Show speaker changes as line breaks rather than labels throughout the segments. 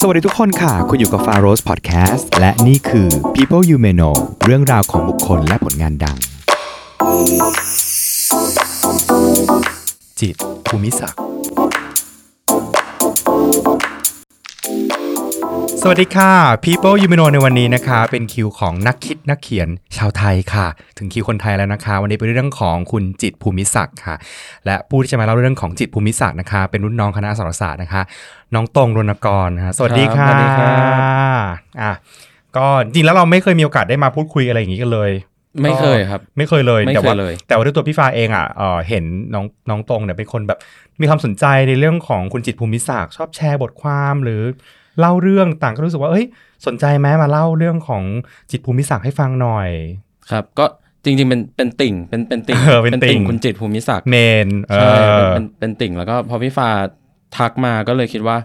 สวัสดีทุกคนค่ะ คุณอยู่กับ f a r o s Podcast และนี่คือ People You May Know เรื่องราวของบุคคลและผลงานดัง จิตรภูมิศักดิ์สวัสดีค่ะ People You May Know ในวันนี้นะคะ เป็นคิวของนักคิดนักเขียนชาวไทยค่ะ ถึงคิวคนไทยแล้วนะคะ วันนี้เป็นเรื่องของคุณจิตรภูมิศักดิ์ค่ะ และผู้ที่จะมาเล่าเรื่องของจิตรภูมิศักดิ์นะคะ เป็นรุ่นน้องคณะอักษารศาสตร์นะคะ น้องตรงรณกรนะฮะสวัสดีค่ะ
ครับสวัสดีครับ
อ่ะก็จริงๆแล้วเราไม่เคยมีโอกาสได้มาพูดคุยอะไรอย่างนี้กันเลย
ไม่เคยครับ
ไม่เคยเลย
ไม่เคย
แต่ว่า
เลย
แต่ว่าด้วยตัวพี่ฟ้าเองอ่ะเอ่อเห็นน้องน้องตรงเนี่ยเป็นคนแบบมีความสนใจในเรื่องของคุณจิตรภูมิศักดิ์ชอบแชร์บทความหรือเล่าเรื่องต่างก็รู้สึกว่าเอ้ยสนใจไหมมาเล่าเรื่องของจิตรภูมิศักดิ์ให้ฟังหน่อย
ครับ ก็จริงๆเป็นเป็นติ่งเป็นเป็นติ่ง
เออเป็นติ่ง
คุณจิตรภูมิศักดิ์
เมนเอ
ใช่เป็น
อ
เป็นเป็นติ่งแล้วก็พอพี่ฟ้าทักมาก็เลยคิดว่า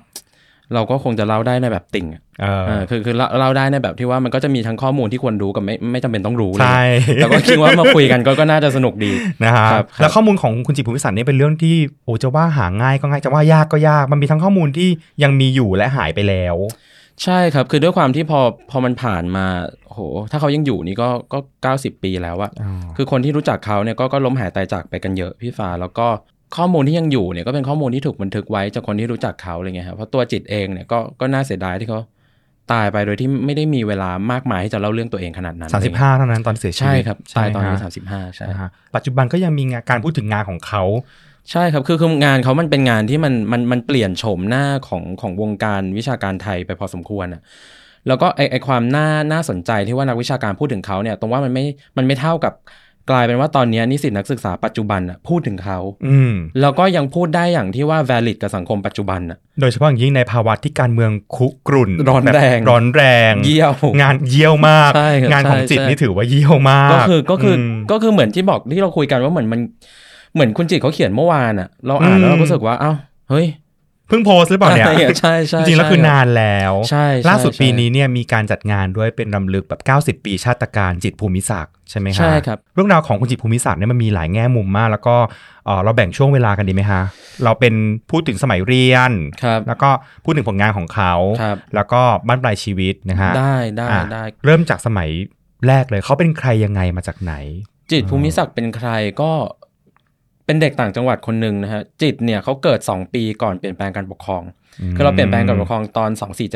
เราก็คงจะเล่าได้ในแบบติ่งอะ
เออ
เออคือคือเล่าเล่าได้ในแบบที่ว่ามันก็จะมีทั้งข้อมูลที่ควรรู้กับไม่ไม่จำเป็นต้องรู้เลย
ใช่
แต่ ก็คิดว่ามาคุยกันก็ก็น่าจะสนุกดี
นะฮะ
ครับครับ
แล้วข้อมูลของคุณจิตรภูมิศักดิ์เนี่ยเป็นเรื่องที่โอ้จะว่าหาง่ายก็ง่ายจะว่ายากก็ยากมันมีทั้งข้อมูลที่ยังมีอยู่และหายไปแล้ว
ใช่ครับ คือด้วยความที่พอพอมันผ่านมาโห ถ้าเขายังอยู่นี่ก็ก็เก้าสิบปีแล้วอะ คือคนที่รู้จักเขาเนี่ยก็ก็ล้มหายตายจากไปกันเยอะพี่ฟ้าแล้วก็ข้อมูลที่ยังอยู่เนี่ยก็เป็นข้อมูลที่ถูกบันทึกไว้จากคนที่รู้จักเขาอะไรเงี้ยครับเพราะตัวจิตเองเนี่ยก็ก็น่าเสียดายที่เขาตายไปโดยที่ไม่ได้มีเวลามากมายที่จะเล่าเรื่องตัวเองขนาดนั้น
สามสิบห้าเท่านั้นตอนเสียชี
ใช่
วิต
ครับใช่ตอนนี้
ฮะ
สามสิบห้าใช่
นะฮะปัจจุบันก็ยังมีงานการพูดถึงงานของเขา
ใช่ครับคือคืองานเขามันเป็นงานที่มันมันมันเปลี่ยนโฉมหน้าของของวงการวิชาการไทยไปพอสมควรอ่ะแล้วก็ไอไอความน่าน่าสนใจที่ว่านักวิชาการพูดถึงเขาเนี่ยตรงว่ามันไม่มันไม่เท่ากับกลายเป็นว่าตอนเนี้ยนิสิตนักศึกษาปัจจุบันอะพูดถึงเขา
อืม
แล้วก็ยังพูดได้อย่างที่ว่า valid กับสังคมปัจจุบันน่ะ
โดยเฉพาะอย่างยิ่งในภาวะที่การเมืองคุกรุ่น
ร้อนแรง
บบร้อนแรง
เยี่ยว
งานเยี่ยวมาก
ใช่ครับ
งานของ
ใช่
จิต
ใช่
นี่ถือว่าเยี่ยวมาก
ก็คือก็คืออ
ม
ก็คือเหมือนที่บอกที่เราคุยกันว่าเหมือนมันเหมือนคุณจิตเขาเขียนเมื่อวานอ่ะ เราอ่าน
อืม
แล้วเราก็รู้สึกว่า เอ้า เฮ้ย
เพิ่งโพสต์หรือเปล่าเนี่ย
ใช่ใช่ใช่
จริงๆแล้วคือ
ใช่
นานแล้ว
ใช่ใช่
ล่าสุด
ใช่
ปีนี้เนี่ยมีการจัดงานด้วยเป็นรำลึกแบบ 90 ปีชาติการจิตภูมิศักดิ์ใช่ไหมฮะ
ใช่ครับ
เรื่องราวของคุณจิตภูมิศักดิ์เนี่ยมันมีหลายแง่มุมมาก แล้วก็เอ่อเราแบ่งช่วงเวลากันดีไหมฮะ เราเป็นพูดถึงสมัยเรียน
ครับ
แล้วก็พูดถึงผลงานของเขา
ครับ
แล้วก็บ้านปลายชีวิตนะฮะ
ได้ได้
อ่ะ
ได้
เริ่มจากสมัยแรกเลยเขาเป็นใครยังไงมาจากไหน
จิตภูมิศักดิ์เป็นใครก็เป็นเด็กต่างจังหวัดคนหนึ่งนะฮะ จิตเนี่ยเขาเกิด 2 ปีก่อนเปลี่ยนแปลงการปกครอง คือเราเปลี่ยนแปลงการปกครองตอน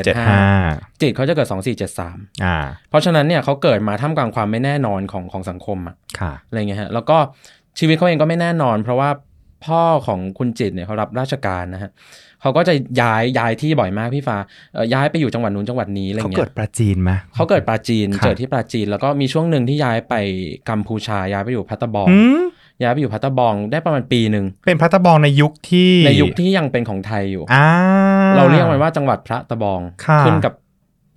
เจ็ดห้า
2475จิตเขาจะเกิด 2473
อ่า
เพราะฉะนั้นเนี่ยเขาเกิดมาท่ามกลางความไม่แน่นอนของของสังคมอะ
ค่ะ
อะไรเงี้ยฮะแล้วก็ชีวิตเขาเองก็ไม่แน่นอน เพราะว่าพ่อของคุณจิตเนี่ยเขารับราชการนะฮะเขาก็จะย้ายย้ายที่บ่อยมากพี่ฟ้าเอ่อย้ายไปอยู่จังหวัดนู้นจังหวัดนี้อะไร
เขา
เงี้
เกิด
ย
ปราจีนไหม
เขาเกิดปราจีน
ครับ
เกิดที่ปราจีน แล้วก็มีช่วงหนึ่งที่ย้ายไปกัมพูชาย้ายไปอยู่พัตตาบอง
อืม
ย้ายไปอยู่พัตตาบองได้ประมาณปีหนึ่ง
เป็นพัตตาบองในยุคที่
ในยุคที่ยังเป็นของไทยอยู่
อ่า
เราเรียกมันว่าจังหวัดพระตะบอง
ค่ะ
ขึ้นกับ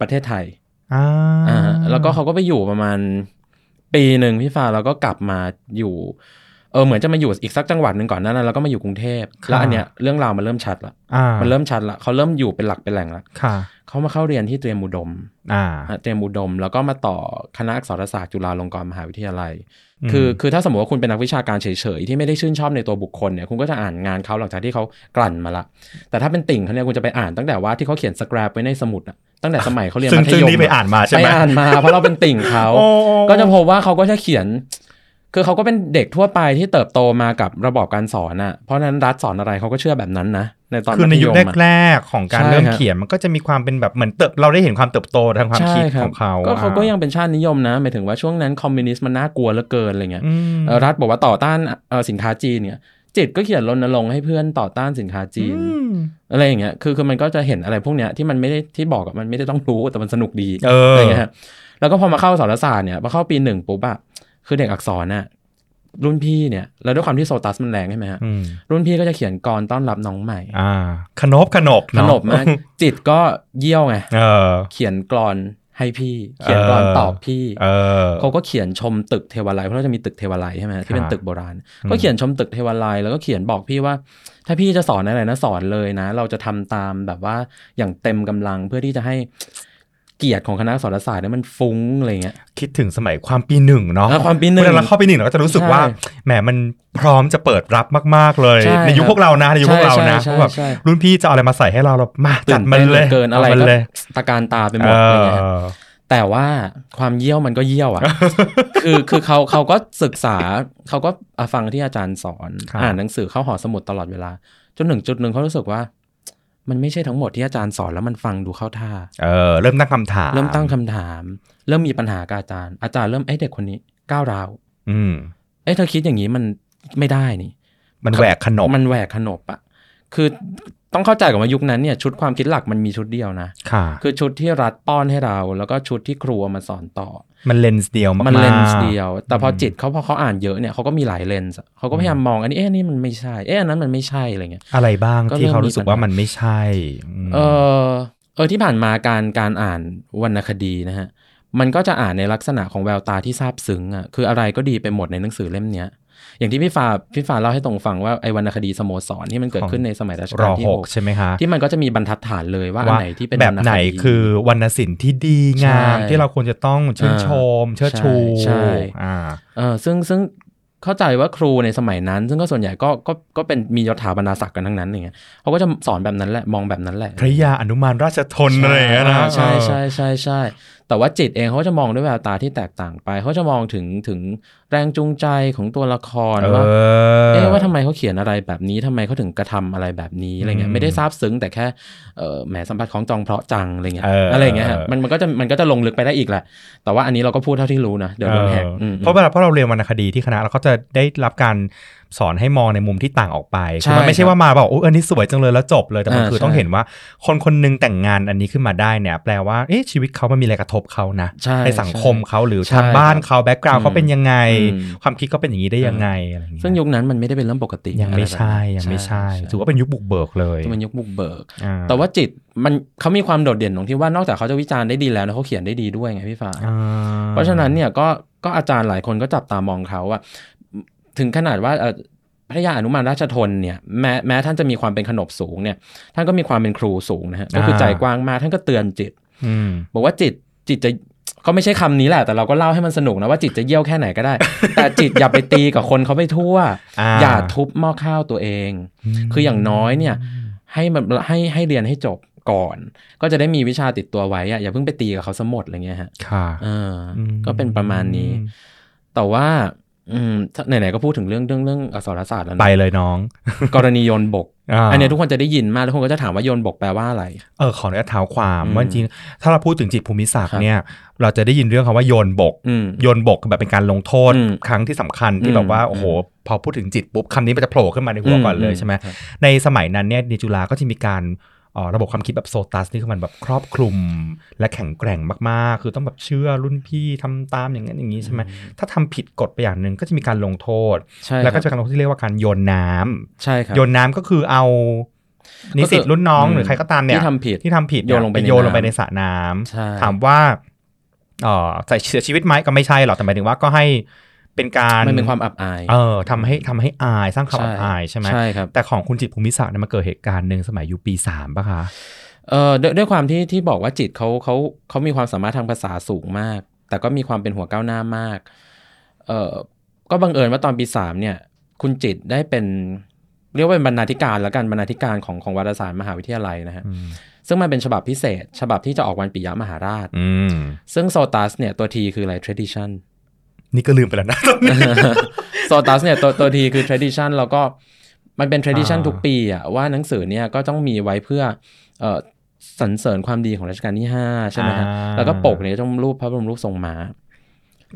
ประเทศไทย
อ่า
อ่าฮะแล้วก็เขาก็ไปอยู่ประมาณปีหนึ่งพี่ฟ้าแล้วก็กลับมาอยู่เออเหมือนจะมาอยู่อีกสักจังหวัดหนึ่งก่อนหนานั้นแล้วก็มาอยู่กรุงเทพแล้วอันเนี้ยเรื่องราวมันเริ่มชัดละ
อ่ามั
มันเริ่มชัดละเขาเริ่มอยู่เป็นหลักเป็นแหล่งละ
ค่ะ
เขามาเข้าเรียนที่เตรียมอุดม
อ่า
อ่ะเตรียมอุดม แล้วก็มาต่อคณะอักษรศาสตร์จุฬาลงกรณ์มหาวิทยาลัย คือคือถ้าสมมติว่าคุณเป็นนักวิชาการเฉยๆที่ไม่ได้ชื่นชอบในตัวบุคคลเนี่ยคุณก็จะอ่านงานเขาหลังจากที่เขากลั่นมาละ แต่ถ้าเป็นติ่งเขาเนี่ยคุณจะไปอ่านตั้งแต่ว่าที่เขาเขียนสแกรบไว้ในสมุดอะตั้งแต่สมัยเขาเรียน
ซึ่ง
มัธ
ซึ่ง
ยม
นี่ไป
อะ
อ่านมาใช่ไหม
ไปอ่านมา เพราะเราเป็นติ่งเขา
โอ้
ก็จะพบว่าเขาก็จะเขียน คือเขาก็เป็นเด็กทั่วไปที่เติบโตมากับระบอบการสอนอ่ะเพราะฉะนั้นรัฐสอนอะไรเขาก็เชื่อแบบนั้นนะ ในตอน
คือในยุค
มัธมอะ
แรกๆของการ
ใช่
เริ่ม
ฮะ
เขียนมันก็จะมีความเป็นแบบเหมือนเติบเราได้เห็นความเติบโตทางความคิด
ใช่รับ
ของเขา
ก็เขาก็
อ่
ยังเป็นชาตินิยมนะหมายถึงว่าช่วงนั้นคอมมิวนิสต์มันน่ากลัวเหลือเกินอะไรเงี้ย
อืม
เอ่อรัฐบอกว่าต่อต้านเอ่อสินค้าจีนเนี่ย จิตก็เขียนรณรงค์ให้เพื่อนต่อต้านสินค้าจีน อะไรอย่างเงี้ย คือคือมันก็จะเห็นอะไรพวกเนี้ยที่มันไม่ได้ที่บอกอะมันไม่ได้ต้องรู้แต่มันสนุกดี
เอออ
ไรเงี้ยฮะแล้วก็พอมาเข้าสารศาสตร์เนี่ยพอเข้าปีหนึ่งปุ๊บอะคือเด็กอักษรน่ะรุ่นพี่เนี่ย แล้วด้วยความที่โซตัสมันแรงใช่ไหมฮะ
อืม
รุ่นพี่ก็จะเขียนกรต้อนรับน้องใหม่
อ่า ขนบขนบ
ข
เอะ
นบมาก จิตก็เยี่ยวไง
เออ
เขียนกรอนให้พี่ เขียนกรอนตอบพี่
เออ
เขาก็เขียนชมตึกเทวาลัยเพราะเราจะมีตึกเทวาลัยใช่ไหมที่เป็น
ครับ
ตึกโบราณ
อืม
ก็เขียนชมตึกเทวาลัยแล้วก็เขียนบอกพี่ว่า ถ้าพี่จะสอนอะไรนะสอนเลยนะ เราจะทำตามแบบว่าอย่างเต็มกำลังเพื่อที่จะให้ เกียรติของคณะสารศาสตร์เนี่ยมันฟุ้งอะไรเงี้ย
คิดถึงสมัยความปีหนึ่งเนาะ
เออความปีหนึ่ง
เวลาเราเข้าปีหนึ่งเราก็จะรู้สึกว่า
ใช่
แหมมันพร้อมจะเปิดรับมาก ๆ เลย
ใช่
ในยุค
ครับ
พวกเรานะในยุคพวกเรานะ
ใช่ใช่
เพราะแบบ
ใช่
รุ่นพี่จะเอาอะไรมาใส่ให้เราเรามาจัดมัน
ต้ห
เล
ลื
ย
เกินอะไร
ามั
ก็
เลย
ตะการตาไปหม
เอ
ดอะไร
อ
เงี้ย แต่ว่าความเยี่ยวมันก็เยี่ยว อะ่ะ คือคือเขาเขาก็ศึกษาเขาก็ฟังที่อาจารย์สอน
ครับ
อ่านหนังสือเข้าหอสมุดตลอดเวลา จนถึงจุดหนึ่งเขารู้สึกว่า มันไม่ใช่ทั้งหมดที่อาจารย์สอนแล้วมันฟังดูเข้าท่า
เออเริ่มตั้งคำถาม
เริ่มตั้งคำถาม เริ่มมีปัญหากับอาจารย์ อาจารย์เริ่มไอ้ยเด็กคนนี้ก้าวร้าว
อืม
เอ้ยเธอคิดอย่างนี้มันไม่ได้นี่
มันแหวกขนม
มันแหวกขนบอะคือต้องเข้าใจก่อนว่ายุคนั้นเนี่ยชุดความคิดหลักมันมีชุดเดียวนะ
ค่ะ
คือชุดที่รัฐป้อนให้เรา แล้วก็ชุดที่ครูเอามาสอนต่อ
มันเลนส์เดียวมากๆ
มันเลนส์เดียว แต่พอ
ม
อจิตเขาพอเขาอ่านเยอะเนี่ยเขาก็มีหลายเลนส์อะเขาก็พยายาม
อืม
มองอันนี้เอ๊ะอันนี่มันไม่ใช่ เอ๊ะอันนั้นมันไม่ใช่อะไรเงี้ย
อะไรบ้าง
ก็
ที่
เริ่ม
เขารู้สึก
มีปัญหา
ว่ามันไม่ใช่ม
เออเออที่ผ่านมาการการอ่านวรรณคดีนะฮะมันก็จะอ่านในลักษณะของแววตาที่ซาบซึ้งอ่ะคืออะไรก็ดีไปหมดในหนังสือเล่มเนี้ย อย่างที่พี่ฟ้าพี่ฟ้าเล่าให้ตรงฟังว่าไอ้วรรณคดีสโมสรที่มันเกิดขึ้นในสมัยรัช
ร
กา
อ
ลที่
ห
ห
ก
ก
ใช่ไหมคะ
ที่มันก็จะมีบรรทัดฐานเลยว่าอันไหนที่เป็น
แบบไหน
วรรณดี
คือวรรณศิลป์ที่ดีงาม
ใช่
ที่เราควรจะต้องชื่นชม เชิดชู
ใช่ใช่
อ่า
เออซึ่งซึ่งเข้าใจว่าครูในสมัยนั้น ซึ่งก็ส่วนใหญ่ก็ก็ก็เป็นมียศถาบรรดาศักดิ์กันทั้งนั้นอย่างเงี้ยเขาก็จะสอนแบบนั้นแหละมองแบบนั้นแหละ
พระยาอนุมานราชทนอะไรอย่างเงี้ยนะ
ใช่
เออ
ใช่ใช่ใช่แต่ว่าจิตเองเขาก็จะมองด้วยแววตาที่แตกต่างไปเขาจะมองถึงถึงแรงจูงใจของตัวละคร
เอ
ว่า
อ
เอ๊ะว่าทำไมเขาเขียนอะไรแบบนี้ทำไมเขาถึงกระทำอะไรแบบนี้อะไรเงี้
อื
ย
ม
ไม่ได้ซาบซึ้งแต่แค่เออแหมสัมผัสของจองเพราะจังอะไรเงี้ย
เอออ
อะไรเงี้ยฮะมันมันก็จะมันก็จะลงลึกไปได้อีกแหละ แต่ว่าอันนี้เราก็พูดเท่าที่รู้นะเดี๋ยวโดนแฮก
เอออ
อืม
เพราะเวลาเพราะเราเรียนวรรณคดีที่คณะเราก็จะได้รับการสอนให้มองในมุมที่ต่างออกไป
ใช่
คือมันไม่ใช่ว่ามาแบบโอ้ยอันนี้สวยจังเลยแล้วจบเลยแต่มัน
อ่า
คือต้อง
ใช่
เห็นว่า คนคนหนึงแต่งงานอันนี้ขึ้นมาได้เนี่ยแปลว่าเอ๊ะชีวิตเขามันมีอะไรกระทบเขานะ
ช่
ในสังคมเขาหรือ
ใช่
ทางบ้านเขาแบ็กกราว
อืม
เขาเป็นยังไง
อืม
ความคิดเขาเป็นอย่างนี้ได้ยังไงอะไรอย่างเงี้ย
ซึ่งยุคนั้นมันไม่ได้เป็นเรื่องปกติ
ยังไม่
อะรแบบ
ใช่
นั้น
ยังไม่ใช่ถื
ถื
อ
อ
ว่า
ว่า
เป็นยุคบุกเบิกเลย
มันยุคบุกเบิก
อ่
แต่ว่าจิตมันเขามีความโดดเด่นตรงที่ว่านอกจากเขาจะวิจารณ์ได้ดีแล้วนะเขาเขียนได้ดีด้วยไงพี่ฟ้า
อ่
เพราะฉะนั้นเนี่ยก็ก็อาจารย์หลายคนก็จับตามองเขาว่า ถึงขนาดว่าเอ่อพระยาอนุมานราชทนเนี่ยแม้แม้ท่านจะมีความเป็นขนบสูงเนี่ยท่านก็มีความเป็นครูสูงนะฮะก็คือใจกว้างมากท่านก็เตือนจิต
อืม
บอกว่าจิตจิตจะก็ไม่ใช่คำนี้แหละ แต่เราก็เล่าให้มันสนุกนะว่าจิตจะเยี่ยวแค่ไหนก็ได้ แต่จิตอย่าไปตีกับคนเขาไปทั่ว
อ่า
อย่าทุบหม้อข้าวตัวเอง คืออย่างน้อยเนี่ย ให้มันให้ให้เรียนให้จบก่อน ก็จะได้มีวิชาติดตัวไว้อะอย่าเพิ่งไปตีกับเขาสมดอะไรเงี้ยฮะ
ค่ะ
เอออ
ม
ก็เป็นประมาณนี้ แต่ว่าอืมถ้าไหนๆก็พูดถึงเรื่องเรื่องเรื่องอักษรศาสตร์แล้วนะ
ไปเลยน้อง
กรณีโยนบก
า
อันเนี้ยทุกคนจะได้ยินมากทุกคนก็จะถามว่าโยนบกแปลว่าอะไร
เออขออนุญาตเท้าความ
อืม
ว่าจริงๆถ้าเราพูดถึงจิตภูมิศัก
ครั
ดิ์
บ
เนี่ย เราจะได้ยินเรื่องคำว่าโยนบก
อืม
โยนบกแบบเป็นการลงโทษ
อืม
ครั้งที่สำคัญที่
อืม
แบบว่า
อืม
โอ้โห พอพูดถึงจิตปุ๊บคำนี้มันจะโผล่ขึ้นมาในหัว
อืม
ก่อนเลยใช่ไหม
ครับ
ในสมัยนั้นเนี่ยในจุฬาก็จะมีการเอ่อระบบความคิดแบบโซตัสนี่คือมันแบบครอบคลุม และแข็งแกร่งมาก ๆ คือต้องแบบเชื่อรุ่นพี่ทำตามอย่างนั้นอย่างนี้ใช่ไหม
อืม
ถ้าทำผิดกฎไปอย่างหนึ่งก็จะมีการลงโทษ
ใช่
แล้วก็
ค
จะมี
รับ
การลงโทษที่เรียกว่าการโยนน้ำ
ใช่ครับ
โยนน้ำก็คือเอานิสิตรุ่นน้อง
อืม
หรือใครก็ตามเนี่ย
ที่ทำผิด
ที่ทำผิด
โยนลงไปใน
โยนลงไป
น้ำ
ในสระน้ำ
ใช่
ถามว่าเออใส่เสียชีวิตไหมก็ไม่ใช่หรอกแต่หมายถึงว่าก็ให้เป็นการ
มันเป็นความอับอาย
เออทำให้ทำให้อายสร้างความอับอายใช่ไหม
ใช่ครับ
แต่ของคุณจิตรภูมิศักดิ์เนี่ยมันเกิดเหตุการณ์หนึ่งสมัยอยู่ปีสามป่ะคะ
เอ่อด้วยด้วยความที่ที่บอกว่าจิตเขาเขาเขามีความสามารถทางภาษาสูงมาก แต่ก็มีความเป็นหัวก้าวหน้ามากเอ่อก็บังเอิญว่าตอนปีสามเนี่ย คุณจิตได้เป็น เรียกว่าเป็นบรรณาธิการแล้วกันบรรณาธิการของของวารสารมหาวิทยาลัยนะฮะ
อืม
ซึ่งมันเป็นฉบับพิเศษ ฉบับที่จะออกวันปิยมหาราช
อืม
ซึ่งโซตัสเนี่ยตัวทีคืออะไร tradition
นี่ก็ลืมไปแล้วนะตอนนี้
โซตัสเนี่ยตัวตัวทีคือ tradition แล้วก็มันเป็น tradition
อ่า
ทุกปีอะว่าหนังสือเนี่ยก็ต้องมีไว้เพื่อเอ่อสรรเสริญความดีของรัชกาลที่ 5 ใช่ไหมฮะแล้วก็ปกเนี่ยต้องรูปพระบรมรูปทรงม้า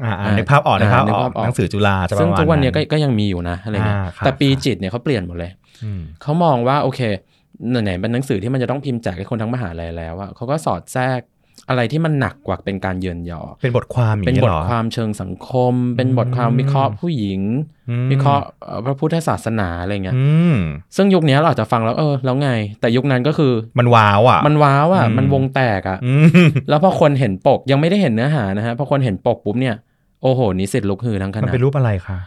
อ่าอ่านึกภาพออกนะ
อ่า
ภาพ
นึก
ออ
ภาก พออก
หนังสือจุฬาจะประมาณ
ซึ่งทุกวันเนี้ก็ก็ยังมีอยู่นะอะไรเงี้ย
อ่าครับ
แต่ปีจิตเนี่ยเขาเปลี่ยนหมดเลย
อืม
เขามองว่าโอเคไหนๆเป็นหนังสือที่มันจะต้องพิมพ์แจกให้คนทั้งมหาลัยแล้วอะเขาก็สอดแทรกอะไรที่มันหนักกว่าเป็นการเยินยอ
เป็นบทความอย่าง
เป็น
นี้
บ
ห
ท
รอ
ความเชิงสังคม เป็นบทความ
อืม
วิเคราะห์ผู้หญิง
อืม
วิเคราะห์เอ่อพระพุทธศาสนาอะไรเงี้ย
อืม
ซึ่งยุคนี้เราอาจจะฟังแล้วเออแล้วไง แต่ยุคนั้นก็คือ
มันว้าวอ่ะ
มันว้าวอ่ะ
อืม
มันวงแตกอ่ะ
อืม
แล้วพอคนเห็นปกยังไม่ได้เห็นเนื้อหานะฮะพอคนเห็นปกปุ๊บเนี่ยโอ้โหนิสิตลุกฮือทั้งค
มัน
ณะ
เป็นรูปอะไรคะ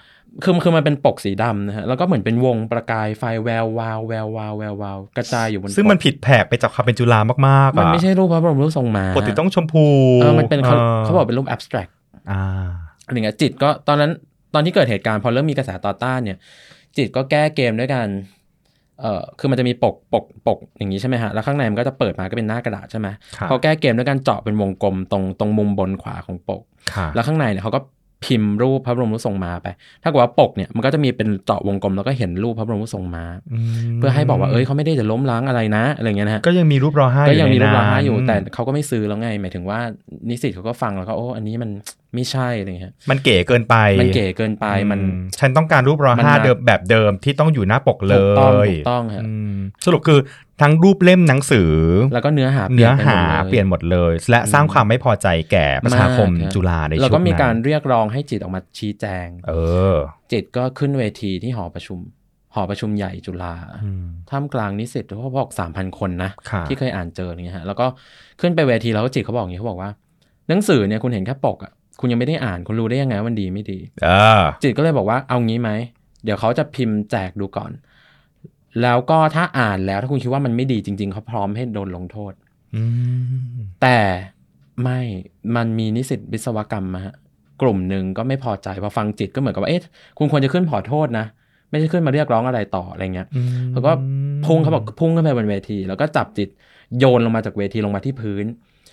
คือคือมันเป็นปกสีดำนะฮะแล้วก็เหมือนเป็นวงประกายไฟแวววาวแวววาวแวววาวกระจายอยู่บน
ซึ่งมัน
ปก
ผิดแผกไปจากความเป็นจุฬามากๆ
มัน
อ่ะ
ไม่ใช่รูปพระบรมรูปทรงม้า
ปกติต้องชมพู
เออมันเป็นเขาเขาบอกเป็นรูป abstract
อ่า
อะไรเงี้ยจิตก็ตอนนั้นตอนที่เกิดเหตุการณ์พอเริ่มมีกระแสต่อต้านเนี่ย จิตก็แก้เกมด้วยกันเออคือมันจะมีปกปกปกอย่างนี้ใช่ไหมฮะแล้วข้างในมันก็จะเปิดมาก็เป็นหน้ากระดาษใช่ไหม
ครับ
เขาแก้เกมด้วยการเจาะเป็นวงกลมตรงตรงมุมบนขวาของปก
ค่ะ
แล้วข้างในเนี่ยเขาก็พิมพ์รูปพระบรมรูปทรงม้าไป ถ้าเกิดว่าปกเนี่ยมันก็จะมีเป็นเจาะวงกลมแล้วก็เห็นรูปพระบรมรูปทรงม้า
ม
เพื่อให้บอกว่าเอ้ยเขาไม่ได้จะล้มล้างอะไรนะอะไรเงี้ยนะฮะ
ก็ยังมีรูปรอห้า
ก็ยังมีรูป
ใน
ล้า
นั้น
งอยู่แต่เขาก็ไม่ซื้อแล้วไง หมายถึงว่านิสิตเขาก็ฟังแล้วก็โอ้อันนี้มันไม่ใช่อะไรเงี้ย
มันเก๋เกินไป
มันเก๋เกินไปมัน
อืฉันต้องการรูปรอ
มัน
ห้า
หนัก
เดิมแบบเดิมที่ต้องอยู่หน้าปกเล
ถูกต้อง
ย
ถูกต้องฮะ
อืมสรุปคือทั้งรูปเล่มหนังสือ
แล้วก็เนื้อหาปลี่
เนื้
ย
อ
ไป
หา
ดล
เปลี่ยนหมดเลย และ
อืม
สร้างความไม่พอใจแก่ประชาคม
มากครับ
จุฬาในช่วง
แล้ว
นั้น
ก็มีการเรียกร้องให้จิตออกมาชี้แจง
เออ
จิตก็ขึ้นเวทีที่หอประชุม หอประชุมใหญ่จุฬา
อืม
ท่ามกลางนิสิตเขาบอกสามพันคนนะ
ค่ะ
ที่เคยอ่านเจออย่างเงี้ยฮะแล้วก็ขึ้นไปเวทีแล้วจิตเขาบอกอย่างนี้เขาบอกว่า หนังสือเนี่ยคุณเห็นแค่ปกอ่ะคุณยังไม่ได้อ่านคุณรู้ได้ยังไงว่ามันดีไม่ดี
เออ
จิตก็เลยบอกว่าเอางี้ไหมเดี๋ยวเขาจะพิมพ์แจกดูก่อน แล้วก็ถ้าอ่านแล้วถ้าคุณคิดว่ามันไม่ดีจริง ๆเขาพร้อมให้โดนลงโทษ
อืม
แต่ไม่มันมีนิสิตวิศวกรรมมาฮะกลุ่มหนึ่งก็ไม่พอใจพอฟังจิตก็เหมือนกับว่าเอ๊ะคุณควรจะขึ้นขอโทษนะ ไม่ใช่ขึ้นมาเรียกร้องอะไรต่ออะไรเงี้ย เขาก็พุ่งเขาบอกพุ่งขึ้นไปบนเวที แล้วก็จับจิตโยนลงมาจากเวทีลงมาที่พื้น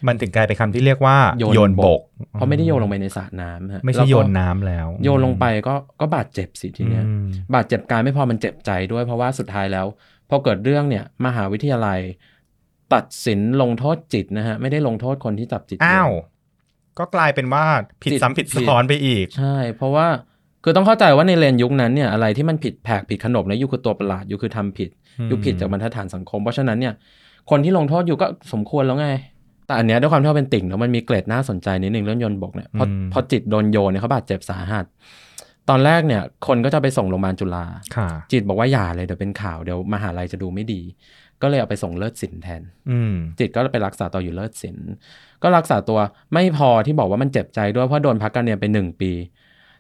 มันถึงกลายเป็นคำที่เรียกว่า
โยน
บก
เพราะไม่ได้โยนลงไปในสระน้ำฮะ
ไม่ใช่
แล้วก็
โยนน้ำแล้ว
โยนลงไปก็ก็บาดเจ็บสิทีเนี้ย
อืม
บาดเจ็บกายไม่พอมันเจ็บใจด้วยเพราะว่าสุดท้ายแล้วพอเกิดเรื่องเนี่ยมหาวิทยาลัย ตัดสินลงโทษจิตนะฮะไม่ได้ลงโทษคนที่จับจิตโยน
อ้าว ก็กลายเป็นว่าผิด
จิต
ซ้ำผิด
ผิด
ซ้อนไปอีก
ใช่ เพราะว่าคือต้องเข้าใจว่าในเลนยุคนั้นเนี่ยอะไรที่มันผิดแผกผิดขนบแล้วยูคือตัวประหลาดยูคือทำผิด
อืม
ยูผิดจากบรรทัดฐานสังคม เพราะฉะนั้นเนี่ยคนที่ลงโทษยูก็สมควรแล้วไง แต่อันเนี้ยด้วยความที่เขาเป็นติ่งแล้วมันมีเกร็ดน่าสนใจนิดนึงเรื่องโยนบกเนี่ยพอ
อืม
พอจิตโดนโยนเนี่ยเขาบาดเจ็บสาหัส ตอนแรกเนี่ยคนก็จะไปส่งโรงพยาบาลจุฬา
ค่ะ
จิตบอกว่าอย่าเลยเดี๋ยวเป็นข่าวเดี๋ยวมหาลัยจะดูไม่ดี ก็เลยเอาไปส่งเลิศศิลป์แทน
อืม
จิตก็ไปรักษาตัวอยู่เลิศศิลป์ก็รักษาตัวไม่พอที่บอกว่ามันเจ็บใจด้วยเพราะโดนพักการเรียนไปหนึ่งปี